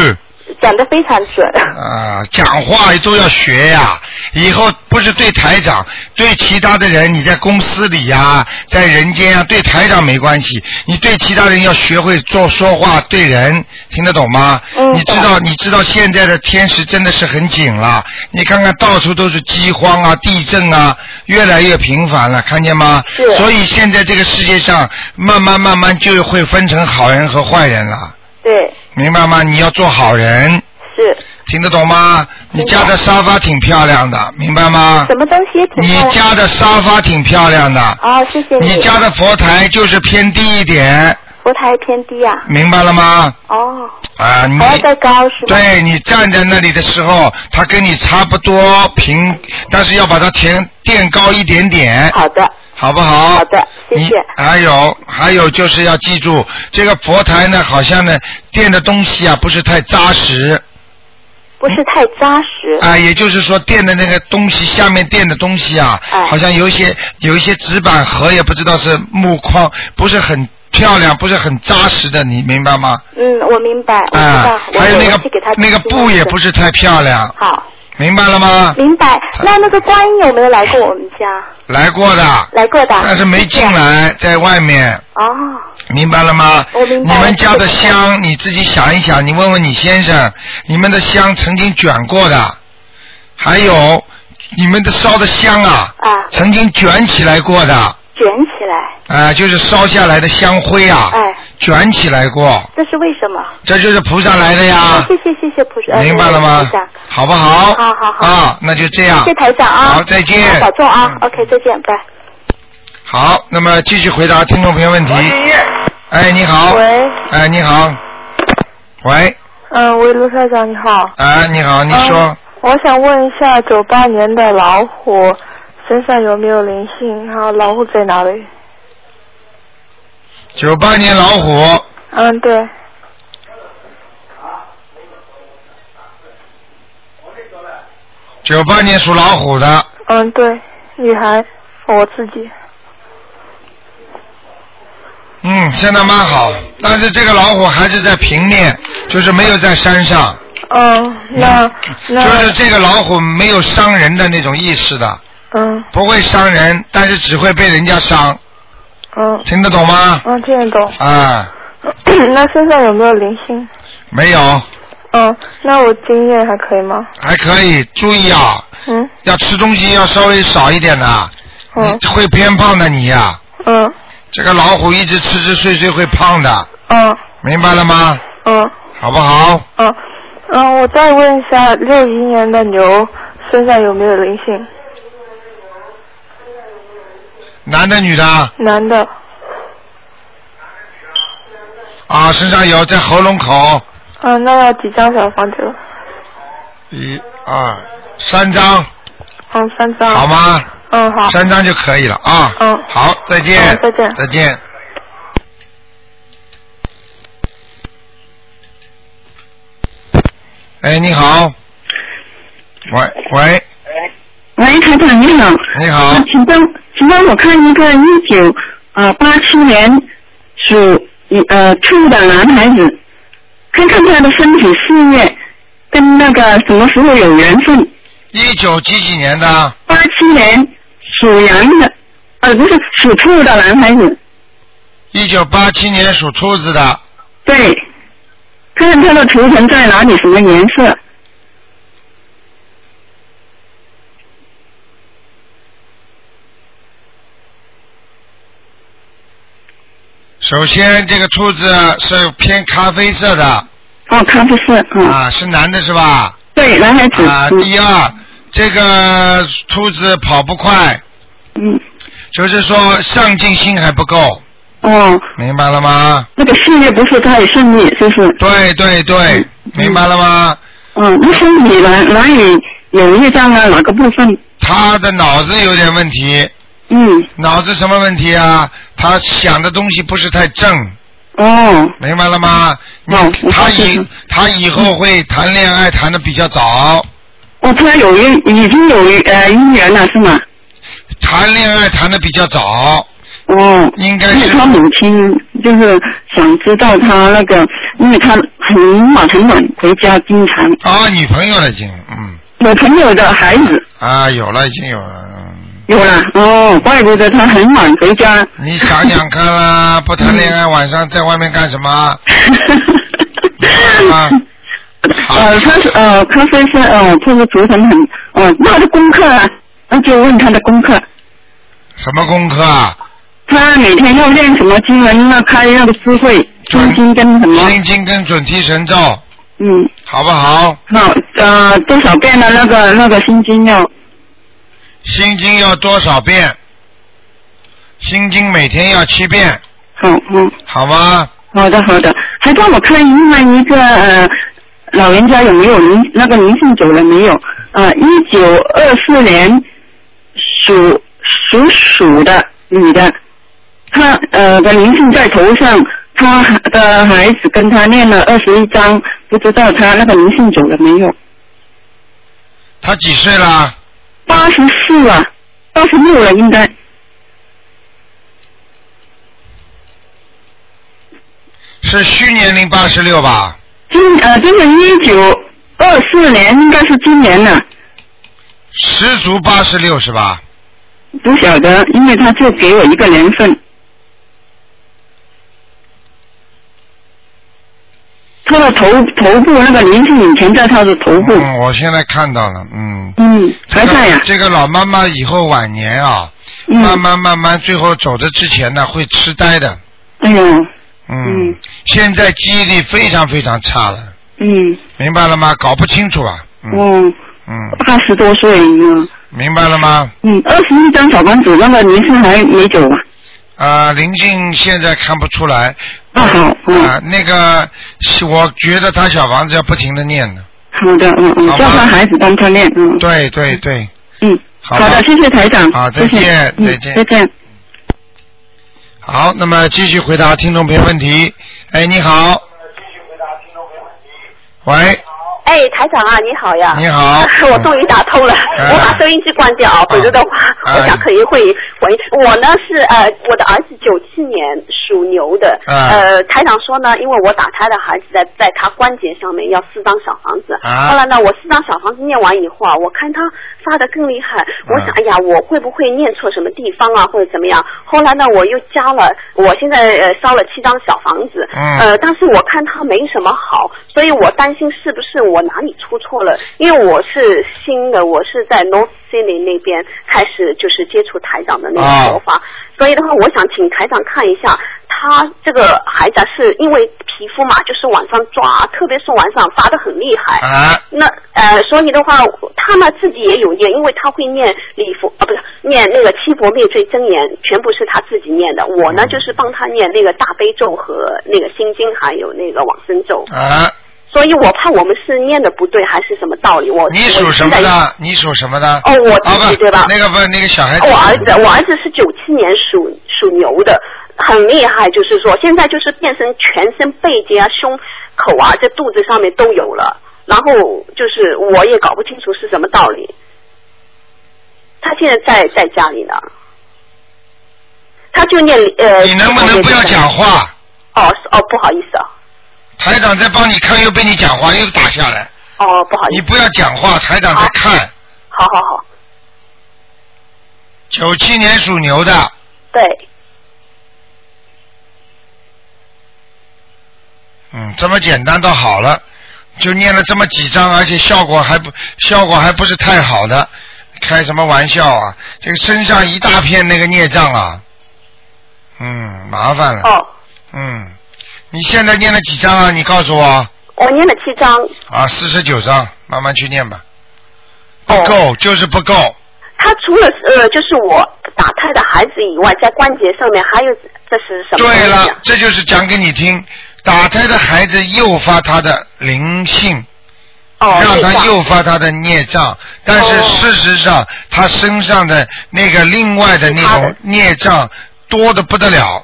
S1: 嗯
S8: 讲的非常准。
S1: 嗯，啊，讲话都要学呀、以后不是对台长，对其他的人，你在公司里呀、在人间啊，对台长没关系，你对其他人要学会做说话，对人听得懂吗？
S8: 嗯
S1: 你知道，你知道现在的天时真的是很紧了，你看看到处都是饥荒啊、地震啊，越来越频繁了，看见吗？
S8: 是
S1: 所以现在这个世界上，慢慢慢慢就会分成好人和坏人了。
S8: 对，
S1: 明白吗？你要做好人，
S8: 是
S1: 听得懂吗？你家的沙发挺漂亮的，明白吗
S8: 什？么东西也挺
S1: 你
S8: 好的。
S1: 家的沙发挺漂亮的，
S8: 哦，谢谢
S1: 你家的佛台就是偏低一点，
S8: 佛台偏低啊。明
S1: 明白了吗？
S8: 哦，
S1: 啊，你
S8: 还要再高是吗？。
S1: 对你站在那里的时候，它跟你差不多平，但是要把它填垫高一点点，
S8: 好的，
S1: 好不好？
S8: 好的谢谢
S1: 你还有还有就是要记住，这个佛台呢，好像呢垫的东西啊不是太扎实
S8: 不是太扎实。
S1: 啊，也就是说垫的那个东西下面垫的东西啊，
S8: 哎
S1: 好像有一些有一些纸板盒也不知道是木框，不是很漂亮，不是很扎实的，你明白吗？
S8: 嗯，我明白，我知道
S1: 啊，，
S8: 我
S1: 还有那
S8: 我
S1: 个
S8: 去给他
S1: 那个
S8: 提
S1: 布也
S8: 问
S1: 不是啊太漂亮，
S8: 好，
S1: 明白了吗？
S8: 明白。那那个观音有没有来过我们家？
S1: 来过的，
S8: 来过的。
S1: 但是没进来，在外面。
S8: 哦，
S1: 明白了吗？
S8: 我哦明白
S1: 你们家的
S8: 谢谢
S1: 香，你自己想一想，你问问你先生，你们的香曾经卷过的，还有你们的烧的香啊，
S8: 啊
S1: 曾经卷起来过的，啊、
S8: 卷起来，
S1: 就是烧下来的香灰啊，
S8: 哎
S1: 卷起来过，
S8: 这是为什么？
S1: 这就是菩萨来的呀，
S8: 哦谢谢谢谢菩萨，呃
S1: 啊明白了吗
S8: 菩萨？
S1: 好不好？
S8: 好好好
S1: 啊，那就这样。
S8: 谢谢台长啊，
S1: 好，再见。
S8: 保重啊
S1: 嗯
S8: ，OK，再见，拜。
S1: 好，那么继续回答听众朋友问题。哎，你好。
S2: 喂，
S1: 哎，你好。喂，
S2: 嗯、喂，卢校长你好。
S1: 啊，你好，你说。
S2: 嗯我想问一下，九八年的老虎身上有没有灵性？然后老虎在哪里？
S1: 九八年老虎，
S2: 嗯，对，
S1: 九八年属老虎的，
S2: 嗯对，女孩，我自己。
S1: 嗯，现在蛮好，但是这个老虎还是在平面，就是没有在山上，
S2: 嗯，那、
S1: 就
S2: 那
S1: 是这个老虎没有伤人的那种意识的，
S2: 嗯
S1: 不会伤人，但是只会被人家伤，
S2: 嗯
S1: 听得懂吗？
S2: 嗯，听得懂。
S1: 啊，
S2: 那身上有没有灵性？
S1: 没有，
S2: 嗯，那我经验还可以吗？
S1: 还可以，注意啊，
S2: 嗯
S1: 要吃东西要稍微少一点的、
S2: 嗯
S1: 你会偏胖的你呀、
S2: 嗯
S1: 这个老虎一直吃吃睡睡会胖的，
S2: 嗯
S1: 明白了吗？
S2: 嗯
S1: 好不好？
S2: 嗯嗯，我再问一下，六一年的牛身上有没有灵性？
S1: 男的女的
S2: 男的，
S1: 啊，身上有在喉咙口，
S2: 嗯，那要几张小房子了？
S1: 一二三张，
S8: 哦
S2: 嗯，三张。
S1: 好？吗？
S2: 嗯，好。
S1: 三张就可以了啊。
S2: 嗯
S1: 好，再见。
S2: 嗯再见
S1: 再见。哎，你好。喂喂，
S3: 喂，台长你好。
S1: 你好
S3: 啊请帮请帮我看一个一九呃八七年属一呃兔的男孩子，看看他的身体事业跟那个什么时候有缘分。
S1: 一九几几年的？
S3: 八七年属羊的，呃不是属兔的男孩子，
S1: 一九八七年属兔子的，
S3: 对，看看他的图腾在哪里，什么颜色？
S1: 首先这个兔子是偏咖啡色的
S3: 哦，咖啡色，嗯，
S1: 啊，是男的是吧？
S3: 对，男孩子，
S1: 啊，
S3: 嗯
S1: 第二，这个兔子跑不快，
S3: 嗯，
S1: 就是说上进心还不够，
S3: 哦，
S1: 明白了吗？
S3: 那个事业不是太顺利，是不是？
S1: 对对对，明白了吗？
S3: 嗯，那身体哪哪里有业障啊？哪个部分？
S1: 他的脑子有点问题，
S3: 嗯，
S1: 脑子什么问题啊？他想的东西不是太正，
S3: 哦，
S1: 明白了吗？你
S3: 哦我
S1: 他
S3: 发现
S1: 以
S3: 了
S1: 他以后会谈恋爱谈的比较早，
S3: 哦，他有一已经有一呃姻缘了是吗？
S1: 谈恋爱谈的比较早，
S3: 哦，
S1: 应该
S3: 因为
S1: 是
S3: 他母亲就是想知道他那个，因为他很晚很晚回家，经常
S1: 啊，女朋友了已经，嗯，
S3: 我朋友的孩子
S1: 啊，有了已经有了。嗯
S3: 有了哦，怪不得他很晚回家。
S1: 你想 想看啦，不谈恋爱晚上在外面干什么？啊
S3: 呃，他是呃，咖啡是呃，这个图腾很呃，那他的功课啊，那就问他的功课。
S1: 什么功课啊？
S3: 他每天要练什么经文啊，开那个智慧心经跟什么？
S1: 心经跟准提神咒，
S3: 嗯，
S1: 好不好？
S3: 好，呃，多少遍的那个那个心经要？
S1: 心经要多少遍？心经每天要七遍，
S3: 好，嗯，
S1: 好吗？
S3: 好的好的，还帮我看另外一个呃老人家有没有灵那个灵性走了没有？呃，一九二四年属属鼠的
S9: 女的，她呃的灵性在头上，她的孩子跟她念了二十一章，不知道她那个灵性走了没有？
S1: 他几岁啦？
S9: 八十四了，八十六了应该。
S1: 是虚年龄八十六吧？
S9: 今呃，这个一九二四年应该是今年了，
S1: 十足八十六是吧？
S9: 不晓得，因为他就给我一个年份。他的头头部那个灵性以前在他的头部，
S1: 嗯，我现在看到了，嗯。
S9: 嗯，
S1: 这
S9: 还
S1: 个
S9: 在呀、嗯
S1: 这个老妈妈以后晚年啊，
S3: 嗯
S1: 慢慢慢慢，最后走的之前呢，会痴呆的。
S9: 哎呦，
S1: 嗯。现在记忆力非常非常差了，
S9: 嗯，
S1: 明白了吗？搞不清楚啊，
S9: 哦，
S1: 嗯，
S9: 八十多岁了，
S1: 明白了吗？
S9: 嗯，二十一张小房子，那个灵性还没走啊，
S1: 啊、灵性现在看不出来。
S9: 啊好，
S10: 嗯
S1: 啊、那个，是我觉得他小房子要不停的念的。
S9: 好的，嗯嗯，
S1: 好
S9: 叫
S1: 吧
S9: 他孩子帮他念，嗯
S1: 对对对，
S9: 嗯，
S1: 好
S9: 好的，谢谢台长，
S1: 好，再
S9: 谢谢
S1: 见，
S9: 嗯
S1: 再见，
S9: 再见。
S1: 好，那么继续回答听众朋友问题。哎，你好。喂，
S10: 哎，台长啊，你好呀！
S1: 你好 嗯
S10: 我终于打通了，我把收音机关掉啊，否则的话，我想可能会回。我呢是呃，我的儿子九七年属牛的，
S1: 哎
S8: 啊
S10: 呃，台长说呢，因为我打胎的孩子在在他关节上面要四张小房子，
S8: 啊
S10: 后来呢，我四张小房子念完以后啊，我看他发的更厉害，我想、
S8: 嗯
S10: 哎呀，我会不会念错什么地方啊，或者怎么样？后来呢，我又加了，我现在呃烧了七张小房子，
S8: 嗯
S10: 呃，但是我看他没什么好，所以我担心是不是我哪里出错了？因为我是新的，我是在 North Sydney 那边开始就是接触台长的那个佛法，所以的话，我想请台长看一下。他这个孩子啊是因为皮肤嘛，就是晚上抓，特别是晚上发的很厉害。
S1: 啊。
S10: 那呃，所以的话，他呢自己也有念，因为他会念礼佛啊，不是念那个七佛灭罪真言，全部是他自己念的。我呢就是帮他念那个大悲咒和那个心经，还有那个往生咒。
S1: 啊，
S10: 所以我怕我们是念的不对，还是什么道理？我
S1: 你属什么
S10: 我现在
S1: 的？你属什么的？
S10: 哦，我
S1: 啊
S10: 自己
S1: 不
S10: 对吧？哦
S1: 那个不，那个小孩子。
S10: 我儿子，我儿子是九七年属属牛的，很厉害，就是说现在就是变成全身背脊啊、胸口啊、这肚子上面都有了，然后就是我也搞不清楚是什么道理。他现在在在家里呢，他就念呃。
S1: 你能不能不要讲话？
S10: 哦是哦，不好意思啊，
S1: 台长在帮你看，又被你讲话又打下来。
S10: 哦，不好
S1: 意思。你不要讲话，台长在看。
S10: 好好好，
S1: 九七年属牛的，
S10: 对，
S1: 嗯，这么简单倒好了，就念了这么几章，而且效果还不效果还不是太好的，开什么玩笑啊？这个身上一大片那个孽障啊，嗯，麻烦了。
S10: 哦。
S1: 嗯，你现在念了几章啊？你告诉我
S10: 我念了七章，
S1: 啊，四十九章，慢慢去念吧。不够，就是不够。
S10: 他除了呃就是我打胎的孩子以外，在关节上面还有这是什么？啊
S1: 对了，这就是讲给你听，打胎的孩子诱发他的灵性，
S10: 哦
S1: 让他诱发他的孽障。但是事实上，他身上的那个另外的那种孽障多的不得了。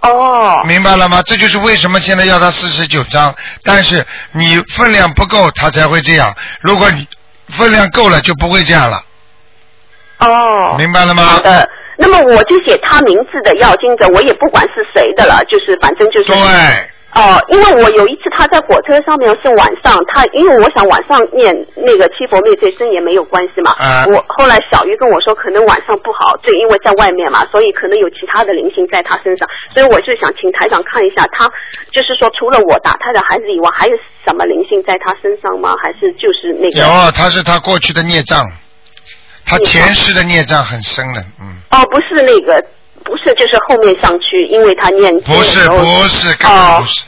S10: 哦。
S1: 明白了吗？这就是为什么现在要他四十九张，但是你分量不够，他才会这样。如果你分量够了，就不会这样了。
S10: 哦。
S1: 明白了吗？
S10: 好的。那么我就写他名字的要经者，我也不管是谁的了，就是反正就是。对。哦、因为我有一次他在火车上面是晚上，他因为我想晚上念那个七佛灭罪真也没有关系嘛。
S8: 啊
S10: 我后来小鱼跟我说，可能晚上不好，对，因为在外面嘛，所以可能有其他的灵性在他身上，所以我就想请台长看一下他，就是说除了我打胎的孩子以外，还有什么灵性在他身上吗？还是就是那个？
S1: 有，啊他是他过去的孽障，他前世的孽障很深的，嗯。
S10: 哦，不是那个，不是，就是后面上去，因为他念经
S1: 不
S10: 的
S1: 是
S10: 时候
S1: 不是，根本不是。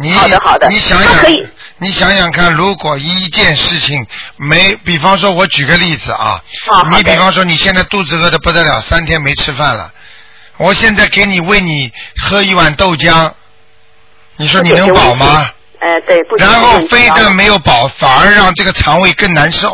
S1: 你哦好的好的，你想
S10: 那
S1: 想
S10: 可以，
S1: 你想想看，如果一件事情没，比方说，我举个例子啊，你比方说你现在肚子饿的不得了，三天没吃饭了，我现在给你喂你喝一碗豆浆，你说你能饱吗？
S10: 呃，对，不是
S1: 然后
S10: 很
S1: 非
S10: 紧张
S1: 但没有饱，反而让这个肠胃更难受。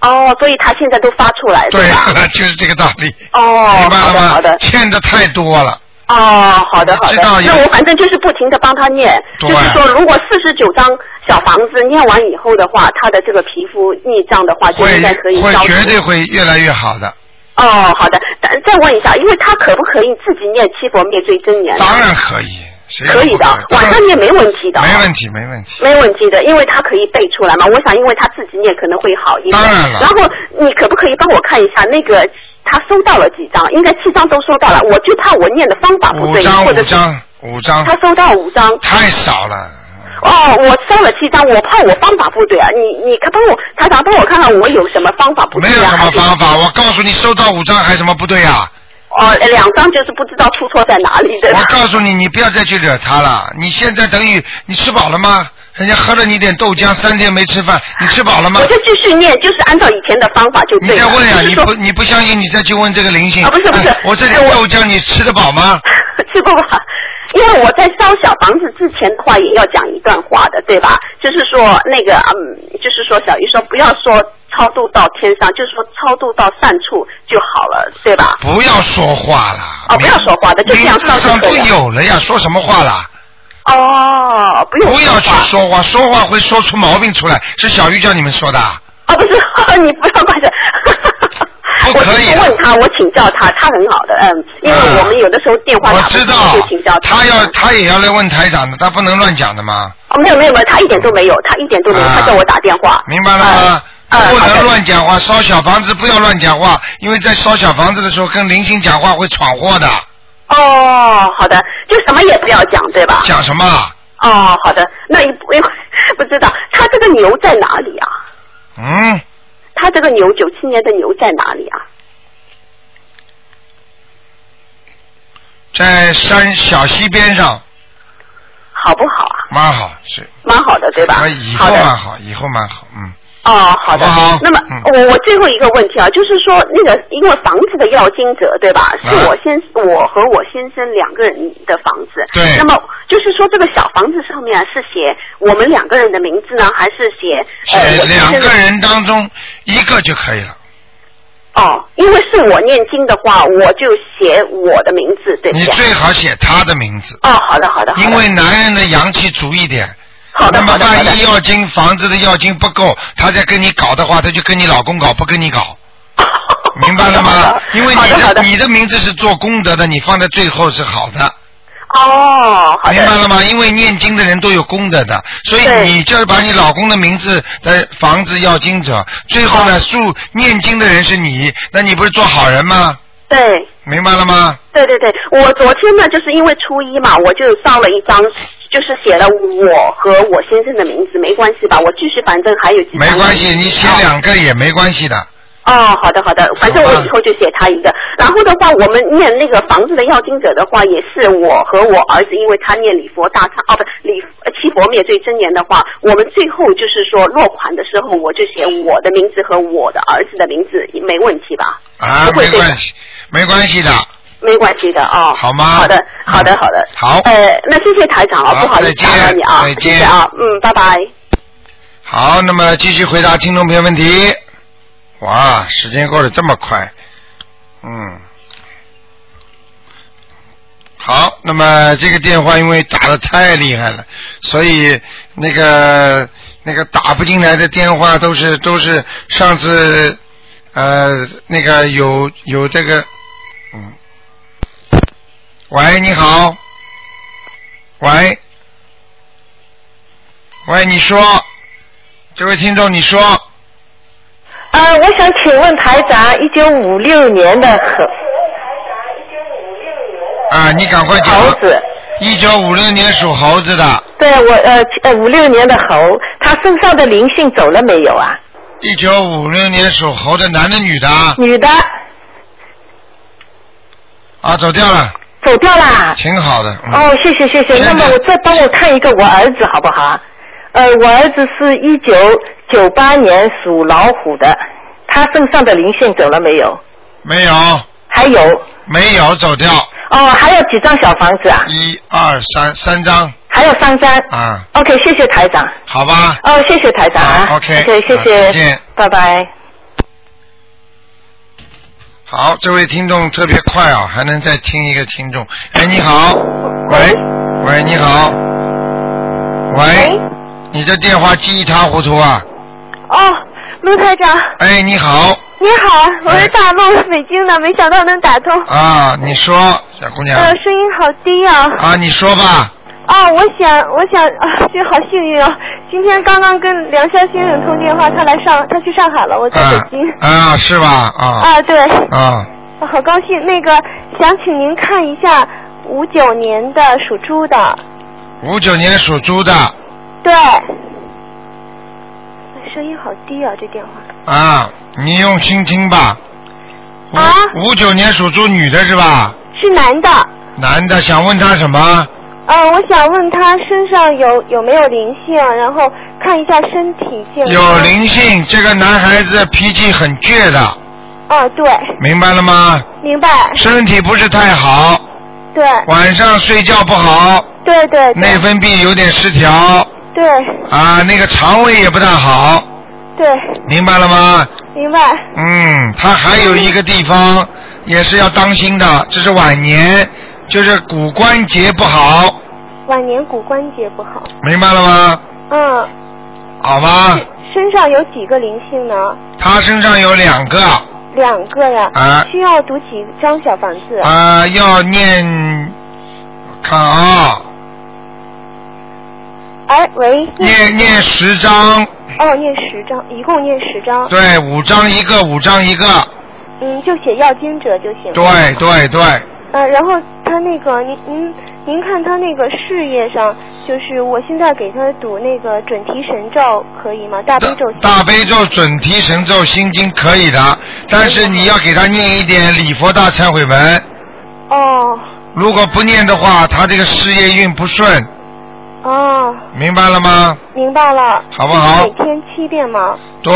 S10: 哦，所以他现在都发出来，
S1: 哎对
S10: 是吧？
S1: 了，就是这个道理。
S10: 哦，
S1: 明白了吗？
S10: 好的，好的。
S1: 欠的太多了。
S10: 哦，好的好
S1: 知道
S10: 的，
S1: 有
S10: 那我反正就是不停的帮他念，
S1: 对
S10: 就是说如果四十九张小房子念完以后的话，他的这个皮肤逆胀的话就应啊该可以
S1: 会
S10: 消除。
S1: 绝对会越来越好的，
S10: 哦，好的，再再问一下，因为他可不可以自己念七佛灭罪真言？
S1: 当然可以，谁
S10: 嗯可以的，晚上念没问题的，
S1: 没问题，没问题。
S10: 没问题的，因为他可以背出来嘛。我想，因为他自己念可能会好一点。
S1: 当然了
S10: 然后你可不可以帮我看一下那个他收到了几张？应该七张都收到了，我就怕我念的方法不
S1: 五
S10: 对，
S1: 张，
S10: 或者
S1: 五
S10: 是
S1: 张，嗯五张，
S10: 他收到五张。
S1: 太少了。
S10: 哦，我收了七张，我怕我方法不对啊。你你可帮我，台长帮我看看我有什么方法不对
S1: 没有
S10: 啊？
S1: 什么
S10: 还是
S1: 方法，我告诉你，收到五张还什么不对呀、
S10: 哦，两张就是不知道出错在哪里的。
S1: 我告诉你，你不要再去惹他了。你现在等于你吃饱了吗？人家喝了你点豆浆，三天没吃饭，你吃饱了吗
S10: 我？就继续念，就是按照以前的方法就
S1: 你
S10: 对了。
S1: 再问呀、
S10: 就是
S1: 你
S10: 说
S1: 不你不相信，你再去问这个灵性。
S10: 啊不是不是
S1: 哎我这点豆浆你吃得饱吗？
S10: 吃不饱，因为我在烧小房子之前的话也要讲一段话的，对吧？就是说那个嗯，就是说小鱼说不要说超度到天上，就是说超度到善处就好了，对吧？
S1: 不要说话了，
S10: 哦，不要说话的，就这
S1: 名
S10: 样
S1: 字
S10: 烧就
S1: 上
S10: 可
S1: 都
S10: 以了。
S1: 有了呀，说什么话啦？
S10: 哦，不用
S1: 不要去
S10: 说话
S1: 说话，说话会说出毛病出来。是小玉叫你们说的啊。
S10: 哦，不是， 你不要怪这。 我只是问他，我请教他，他很好的，嗯，因为我们有的时候电话
S1: 嗯我
S10: 打不
S1: 知
S10: 通
S1: 道
S10: 就请教，
S1: 他要
S10: 嗯
S1: 他也要来问台长的，他不能乱讲的嘛。
S10: 哦，没有没有没有，他一点都没有，他一点都没有，
S1: 啊
S10: 他叫我打电话。嗯
S1: 明白了吗？不能乱讲话，烧小房子不要乱讲话，因为在烧小房子的时候跟灵性讲话会闯祸的。
S10: 啊哦，好的，就什么也不要讲，对吧？
S1: 讲什么啊？
S10: 哦，好的，那一不 不知道他这个牛在哪里啊？
S1: 嗯，
S10: 他这个牛九七年的牛在哪里啊？
S1: 在山小溪边上，
S10: 好不好啊？
S1: 蛮好，是。
S10: 蛮好的，对吧
S1: 啊，？以
S10: 好
S1: 后
S10: 的。
S1: 蛮好，以后蛮好，嗯。
S10: 哦，好的。
S1: 好不好
S10: 那么我
S1: 嗯
S10: 我最后一个问题啊，就是说那个因为房子的要经者对
S1: 啊
S10: 吧？是我先我和我先生两个人的房子。
S8: 对
S10: 那么就是说这个小房子上面啊是写我们两个人的名字呢，还是写呃
S1: 这
S10: 我先
S1: 两
S10: 生
S1: 个
S10: 的
S1: 人当中一个就可以了。
S10: 哦，因为是我念经的话，我就写我的名字，对不
S1: 你
S10: 对？
S1: 最好写他的名字。
S10: 哦，好的，好的，好的
S1: 因为男人的阳气足一点。
S10: 好的
S1: 那么
S10: 好的好的
S1: 万一要金房子的要金不够，他再跟你搞的话，他就跟你老公搞，不跟你搞。明白了吗？因为你
S10: 好的好
S1: 的
S10: 的
S1: 你的名字是做功德的，你放在最后是好的，
S10: 哦，好的，
S1: 明白了吗？因为念经的人都有功德的，所以
S10: 对
S1: 你就是把你老公的名字的房子要经者，最后呢，数念经的人是你，那你不是做好人吗？
S10: 对。
S1: 明白了吗？
S10: 对对对，我昨天呢，就是因为初一嘛，我就上了一张，就是写了我和我先生的名字，没关系吧？我继续，反正还有几张。
S1: 没关系，你写两个也没关系的。
S10: 哦，好的好的，反正我以后就写他一个。然后的话，我们念那个房子的要经者的话，也是我和我儿子，因为他念礼佛大忏哦，不礼呃七佛灭罪真言的话，我们最后就是说落款的时候，我就写我的名字和我的儿子的名字，没问题吧？
S1: 啊，
S10: 不会
S1: 没
S10: 对的
S1: 关系，没关系的，
S10: 没关系的哦。
S1: 好吗？嗯
S10: 好的，好的，好的。
S1: 好
S10: 呃，那谢谢台长啊，
S1: 好
S10: 不好意
S1: 再
S10: 思
S1: 见
S10: 打扰你啊，
S1: 再见
S10: 谢谢啊，嗯，拜拜。
S1: 好，那么继续回答听众朋友问题。哇，时间过得这么快，嗯。好，那么这个电话因为打的太厉害了，所以那个那个打不进来的电话都是都是上次呃那个有有这个嗯。喂，你好。喂。喂，你说。这位听众，你说
S11: 呃，我想请问台长，一九五六年的猴
S1: 啊，你赶快讲。猴子。一九五六年属猴子的，
S11: 对我呃呃五六年的猴，他身上的灵性走了没有啊？
S1: 一九五六年属猴的，男的女的啊？
S11: 女的
S1: 啊，走掉了，
S11: 走掉啦。
S1: 挺好的。嗯、
S11: 哦，谢谢谢谢。那么我再帮我看一个我儿子好不好啊？呃，我儿子是一九九八年属老虎的，他身上的灵性走了没有？
S1: 没有，
S11: 还有
S1: 没有走掉。
S11: 哦，还有几张小房子啊？
S1: 一二三，三张
S11: 还有三张。
S1: 啊，
S11: OK，谢谢台长。
S1: 好吧。
S11: 哦，谢谢台长啊。
S1: OK，
S11: OK，谢
S1: 啊
S11: 谢
S1: 再见。
S11: 拜拜。
S1: 好，这位听众特别快啊，还能再听一个听众。哎，你好，喂，喂，你好，喂，你的电话机一塌糊涂啊！
S8: 哦，卢台长，
S1: 哎，你好哎
S8: 你好，我是大梦，北京的，没想到能打通。
S1: 啊，你说，小姑娘
S8: 呃，声音好低啊。
S1: 啊，你说吧，
S8: 啊，我想，我想，啊，这好幸运啊！今天刚刚跟梁山先生通电话，他来上，他去上海了，我在北京。
S1: 啊，是吧？啊，
S8: 啊，对，
S1: 啊，
S8: 我好高兴。那个，想请您看一下五九年的属猪的，
S1: 五九年属猪的
S8: 对。哎声音好低啊，这电话。
S1: 啊，你用心听吧。啊。五九年属猪女的是吧？
S8: 是男的，
S1: 男的想问他什么？
S8: 呃，我想问他身上有有没有灵性，然后看一下身体健康。
S1: 有灵。性，这个男孩子脾气很倔的，
S8: 啊，对，
S1: 明白了吗？
S8: 明白。
S1: 身体不是太好，
S8: 对。
S1: 晚上睡觉不好，
S8: 对对对。
S1: 内分泌有点失调
S8: 对
S1: 啊，那个肠胃也不大好，
S8: 对，
S1: 明白了吗？
S8: 明白。
S1: 嗯，他还有一个地方也是要当心的，这是晚年，就是骨关节不好，
S8: 晚年骨关节不好。
S1: 明白了吗？
S8: 嗯，
S1: 好吗？
S8: 身上有几个灵性呢？
S1: 他身上有两个
S8: 两个呀。
S1: 啊
S8: 需要读几张小房子？
S1: 啊，要念，我看啊，
S8: 哎，喂。
S1: 念念十张，
S8: 哦，念十张，一共念十张。
S1: 对，五张一个，五张一个，
S8: 嗯，就写要经者就行。
S1: 对。对对，
S8: 呃，然后他那个您您您看他那个事业上，就是我现在给他读那个准提神咒可以吗？大悲咒行吗。
S1: 大悲咒、准提神咒、心经可以的，但是你要给他念一点礼佛大忏悔文，
S8: 哦
S1: 如果不念的话，他这个事业运不顺，
S8: 哦，
S1: 明白了吗？
S8: 明白了。
S1: 好不好
S8: 每天七遍吗？
S1: 对，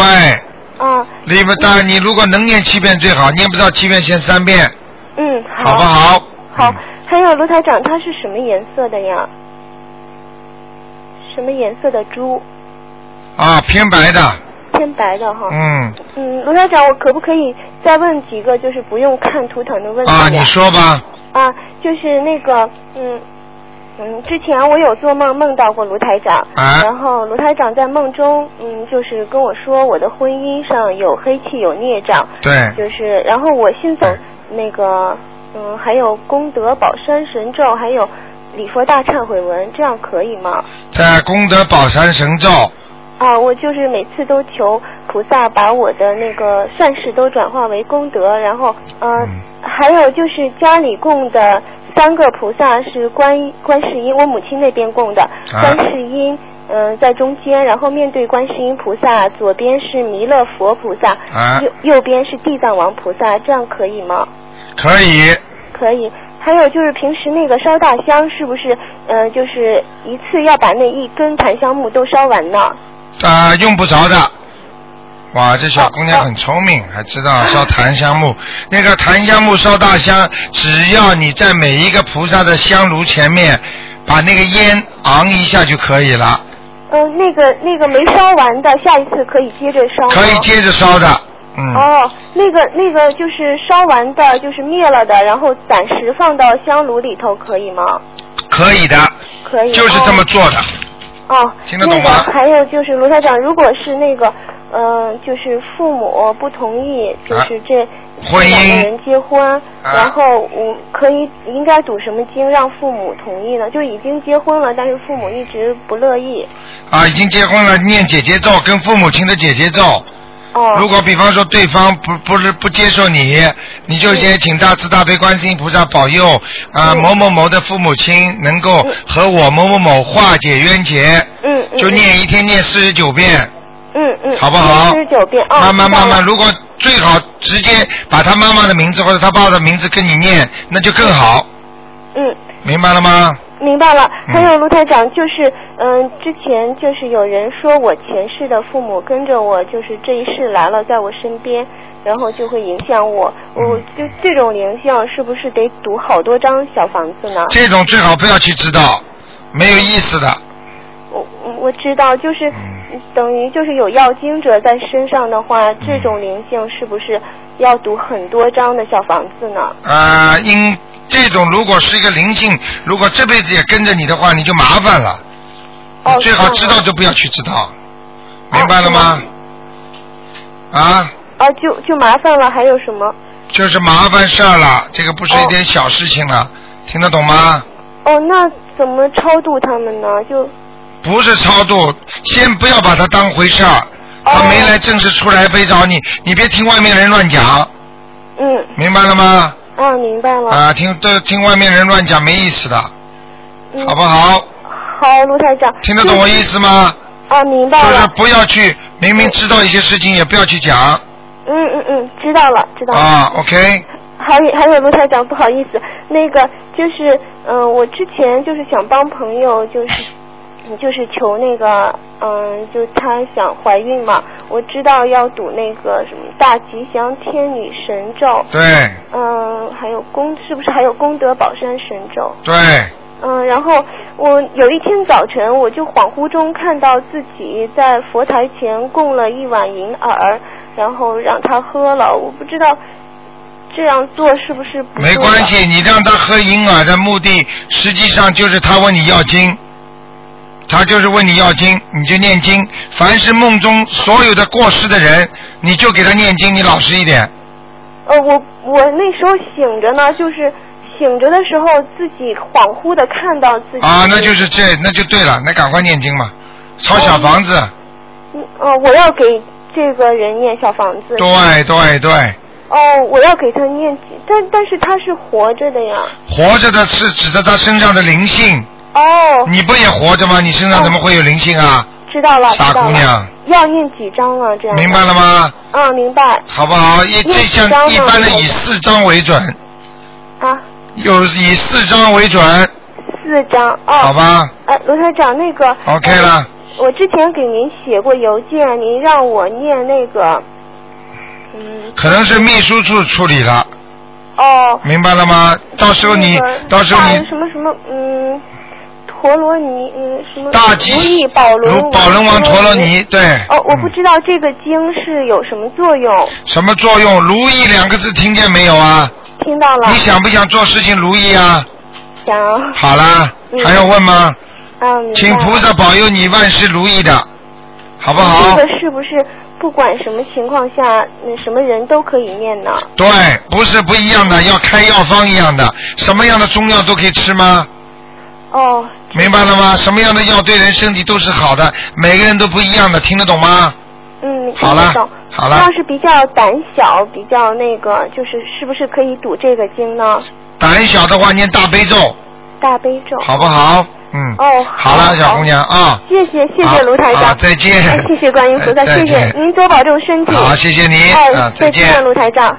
S8: 啊，
S1: 礼佛大你如果能念七遍最好，念不到七遍先三遍，
S8: 嗯，
S1: 好不好？嗯
S8: 好，还有卢台长，它是什么颜色的呀？什么颜色的猪？
S1: 啊，偏白的，
S8: 偏白的哈。
S1: 嗯，
S8: 嗯，卢台长，我可不可以再问几个就是不用看图腾的问题呀？
S1: 啊，你说吧，
S8: 啊，就是那个，嗯嗯，之前我有做梦梦到过卢台长，
S1: 啊
S8: 然后卢台长在梦中，嗯，就是跟我说我的婚姻上有黑气有孽障，
S1: 对
S8: 就是然后我信奉那个，嗯，还有功德宝山神咒，还有礼佛大忏悔文，这样可以吗？
S1: 在功德宝山神咒，
S8: 啊，我就是每次都求菩萨把我的那个善事都转化为功德，然后呃，还有就是家里供的三个菩萨是观观世音，我母亲那边供的观世音。嗯、在中间，然后面对观世音菩萨，左边是弥勒佛菩萨，
S1: 啊
S8: 右右边是地藏王菩萨，这样可以吗？
S1: 可以，
S8: 可以。还有就是平时那个烧大香，是不是呃，就是一次要把那一根檀香木都烧完呢？
S1: 啊，用不着的。哇，这小姑娘很聪明，还知道烧檀香木。 那个檀香木烧大香，只要你在每一个菩萨的香炉前面，把那个烟昂一下就可以了，
S8: 嗯，那个那个没烧完的，下一次可以接着烧吗。
S1: 可以接着烧的。嗯，
S8: 哦，那个那个就是烧完的，就是灭了的，然后暂时放到香炉里头，可以吗？
S1: 可以的，
S8: 可以。
S1: 就是这么做的。
S8: 哦，
S1: 听得懂吗
S8: 那个还有就是卢台长，如果是那个，嗯、就是父母不同意，就是这、
S1: 啊婚姻啊
S8: 两个人结婚，然后我可以应该读什么经让父母同意呢？就是已经结婚了，但是父母一直不乐意。
S1: 啊，已经结婚了，念姐姐咒，跟父母亲的姐姐咒。
S8: 哦。
S1: 如果比方说对方不不是不接受你，你就先请大慈大悲观世音菩萨保佑啊、某某某的父母亲能够和我某某某化解冤结。
S8: 嗯
S1: 就念一天念四十九遍，
S8: 嗯嗯，
S1: 好不好？
S8: 四十九遍，哦，
S1: 慢慢
S8: 知道
S1: 慢慢，
S8: 了
S1: 如果最好直接把他妈妈的名字或者他爸爸的名字跟你念，那就更好，
S8: 嗯，
S1: 明白了吗？
S8: 明白了。还有卢台长，就是嗯、之前就是有人说我前世的父母跟着我，就是这一世来了，在我身边，然后就会影响我。我就这种灵性，是不是得读好多张小房子呢？
S1: 这种最好不要去知道，没有意思的。
S8: 我我知道，就是等于就是有药精者在身上的话，这种灵性是不是要读很多张的小房子呢？
S1: 啊、因这种如果是一个灵性，如果这辈子也跟着你的话，你就麻烦了。
S8: 哦
S1: 你最好
S8: 这
S1: 知
S8: 样啊
S1: 道都不要去知道，明白了
S8: 哦
S1: 吗？啊，
S8: 啊，就就麻烦了，还有什么？
S1: 就是麻烦事儿了，这个不是一点小事情了，听得懂吗？
S8: 哦，那怎么超度他们呢？就
S1: 不是超度，先不要把它当回事儿。
S8: 哦
S1: 他没来正式出来非找你，你别听外面人乱讲，
S8: 嗯
S1: 明白了吗？
S8: 啊，明白了。
S1: 啊，听都听外面人乱讲没意思的，
S8: 嗯
S1: 好不？好？
S8: 好，卢台长。
S1: 听得懂我意思吗？
S8: 啊，明白
S1: 就
S8: 了
S1: 是。不要去，明明知道一些事情也不要去讲
S8: 嗯嗯嗯，知道了，知道了。
S1: 啊。OK，
S8: 还有还有卢台长，不好意思，那个就是，嗯、我之前就是想帮朋友，就是 就是求那个，嗯、就她想怀孕嘛，我知道要读那个什么大吉祥天女神咒，
S1: 对
S8: 嗯、还有功是不是还有功德宝山神咒？
S1: 对，
S8: 嗯，然后我有一天早晨，我就恍惚中看到自己在佛台前供了一碗银耳，然后让他喝了。我不知道这样做是不是不
S1: 没
S8: 对
S1: 关
S8: 的
S1: 系，你让他喝啊银耳的目的，实际上就是他问你要经，他就是问你要经，你就念经。凡是梦中所有的过世的人，你就给他念经，你老实一点。
S8: 呃，我我那时候醒着呢，就是醒着的时候自己恍惚的看到自己
S1: 啊，那就是这，那就对了，那赶快念经嘛，抄小房子，
S8: 嗯呃，我要给这个人念小房子。
S1: 对对对，
S8: 哦，我要给他念几，但但是他是活着的呀。
S1: 活着的是指的他身上的灵性，
S8: 哦，
S1: 你不也活着吗？你身上怎么会有灵性啊？
S8: 知道了，
S1: 傻
S8: 知道
S1: 姑
S8: 了
S1: 娘，
S8: 要念几张啊？这样。
S1: 明白了？吗？
S8: 嗯，明白。
S1: 好不好？一这
S8: 念几张
S1: 像
S8: 呢
S1: 一般的以四张为准，
S8: 啊，
S1: 有以四张为准，
S8: 四张哦。
S1: 好吧
S8: 呃，罗台长，那个。呃
S1: ？OK 了。
S8: 我之前给您写过邮件，您让我念那个，嗯，
S1: 可能是秘书处处理了，
S8: 哦。
S1: 明白了吗？到时候你
S8: 那个，
S1: 到时候
S8: 大
S1: 你
S8: 什么什么，嗯，陀罗尼，嗯，什么
S1: 大吉
S8: 如意宝龙
S1: 如宝龙王陀罗尼，对，
S8: 哦，我不知道这个经是有什么作用，
S1: 嗯什么作用？如意两个字听见没有啊？
S8: 听到了。
S1: 你想不想做事情如意啊？
S8: 想。
S1: 好啦，还要问吗？
S8: 嗯，明白
S1: 请菩萨保佑你万事如意的，好不好
S8: 这？个是不是不管什么情况下，嗯，什么人都可以念呢？
S1: 对，不是不一样的，要开药方一样的，什么样的中药都可以吃吗？
S8: 哦，
S1: 明白了吗？什么样的药对人身体都是好的，每个人都不一样的，听得懂吗？
S8: 嗯，
S1: 好了
S8: 听得懂
S1: 好了
S8: 要是比较胆小，比较那个，就是是不是可以读这个经呢？
S1: 胆小的话念大悲咒，
S8: 大悲咒。
S1: 好不好？嗯，
S8: 哦，
S1: 好了，小姑娘啊，
S8: 谢谢谢
S1: 好
S8: 谢卢台
S1: 好
S8: 长，
S1: 再见
S8: 哎谢谢观音菩萨，
S1: 哎再
S8: 谢谢
S1: 见
S8: 您多保重身体。
S1: 好谢谢您
S8: 哎
S1: 啊再
S8: 再
S1: 见
S8: 见，卢台长。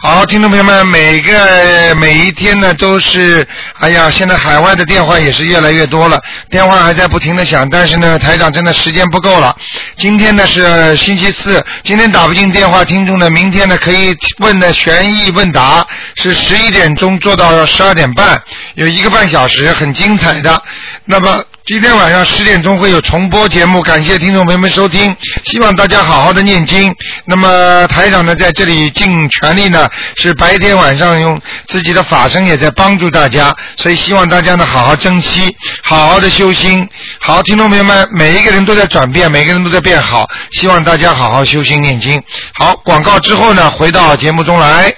S1: 好，听众朋友们，每个每一天呢都是，哎呀，现在海外的电话也是越来越多了，电话还在不停的响，但是呢，台长真的时间不够了。今天呢是呃星期四，今天打不进电话，听众呢，明天呢可以问的悬疑问答是十一点钟做到十二点半，有一个半小时，很精彩的。那么今天晚上十点钟会有重播节目，感谢听众朋友们收听，希望大家好好的念经。那么台长呢，在这里尽全力呢，是白天晚上用自己的法身也在帮助大家，所以希望大家呢好好珍惜，好好的修心。好，听众朋友们，每一个人都在转变，每个人都在变好，希望大家好好修心念经。好，广告之后呢，回到节目中来。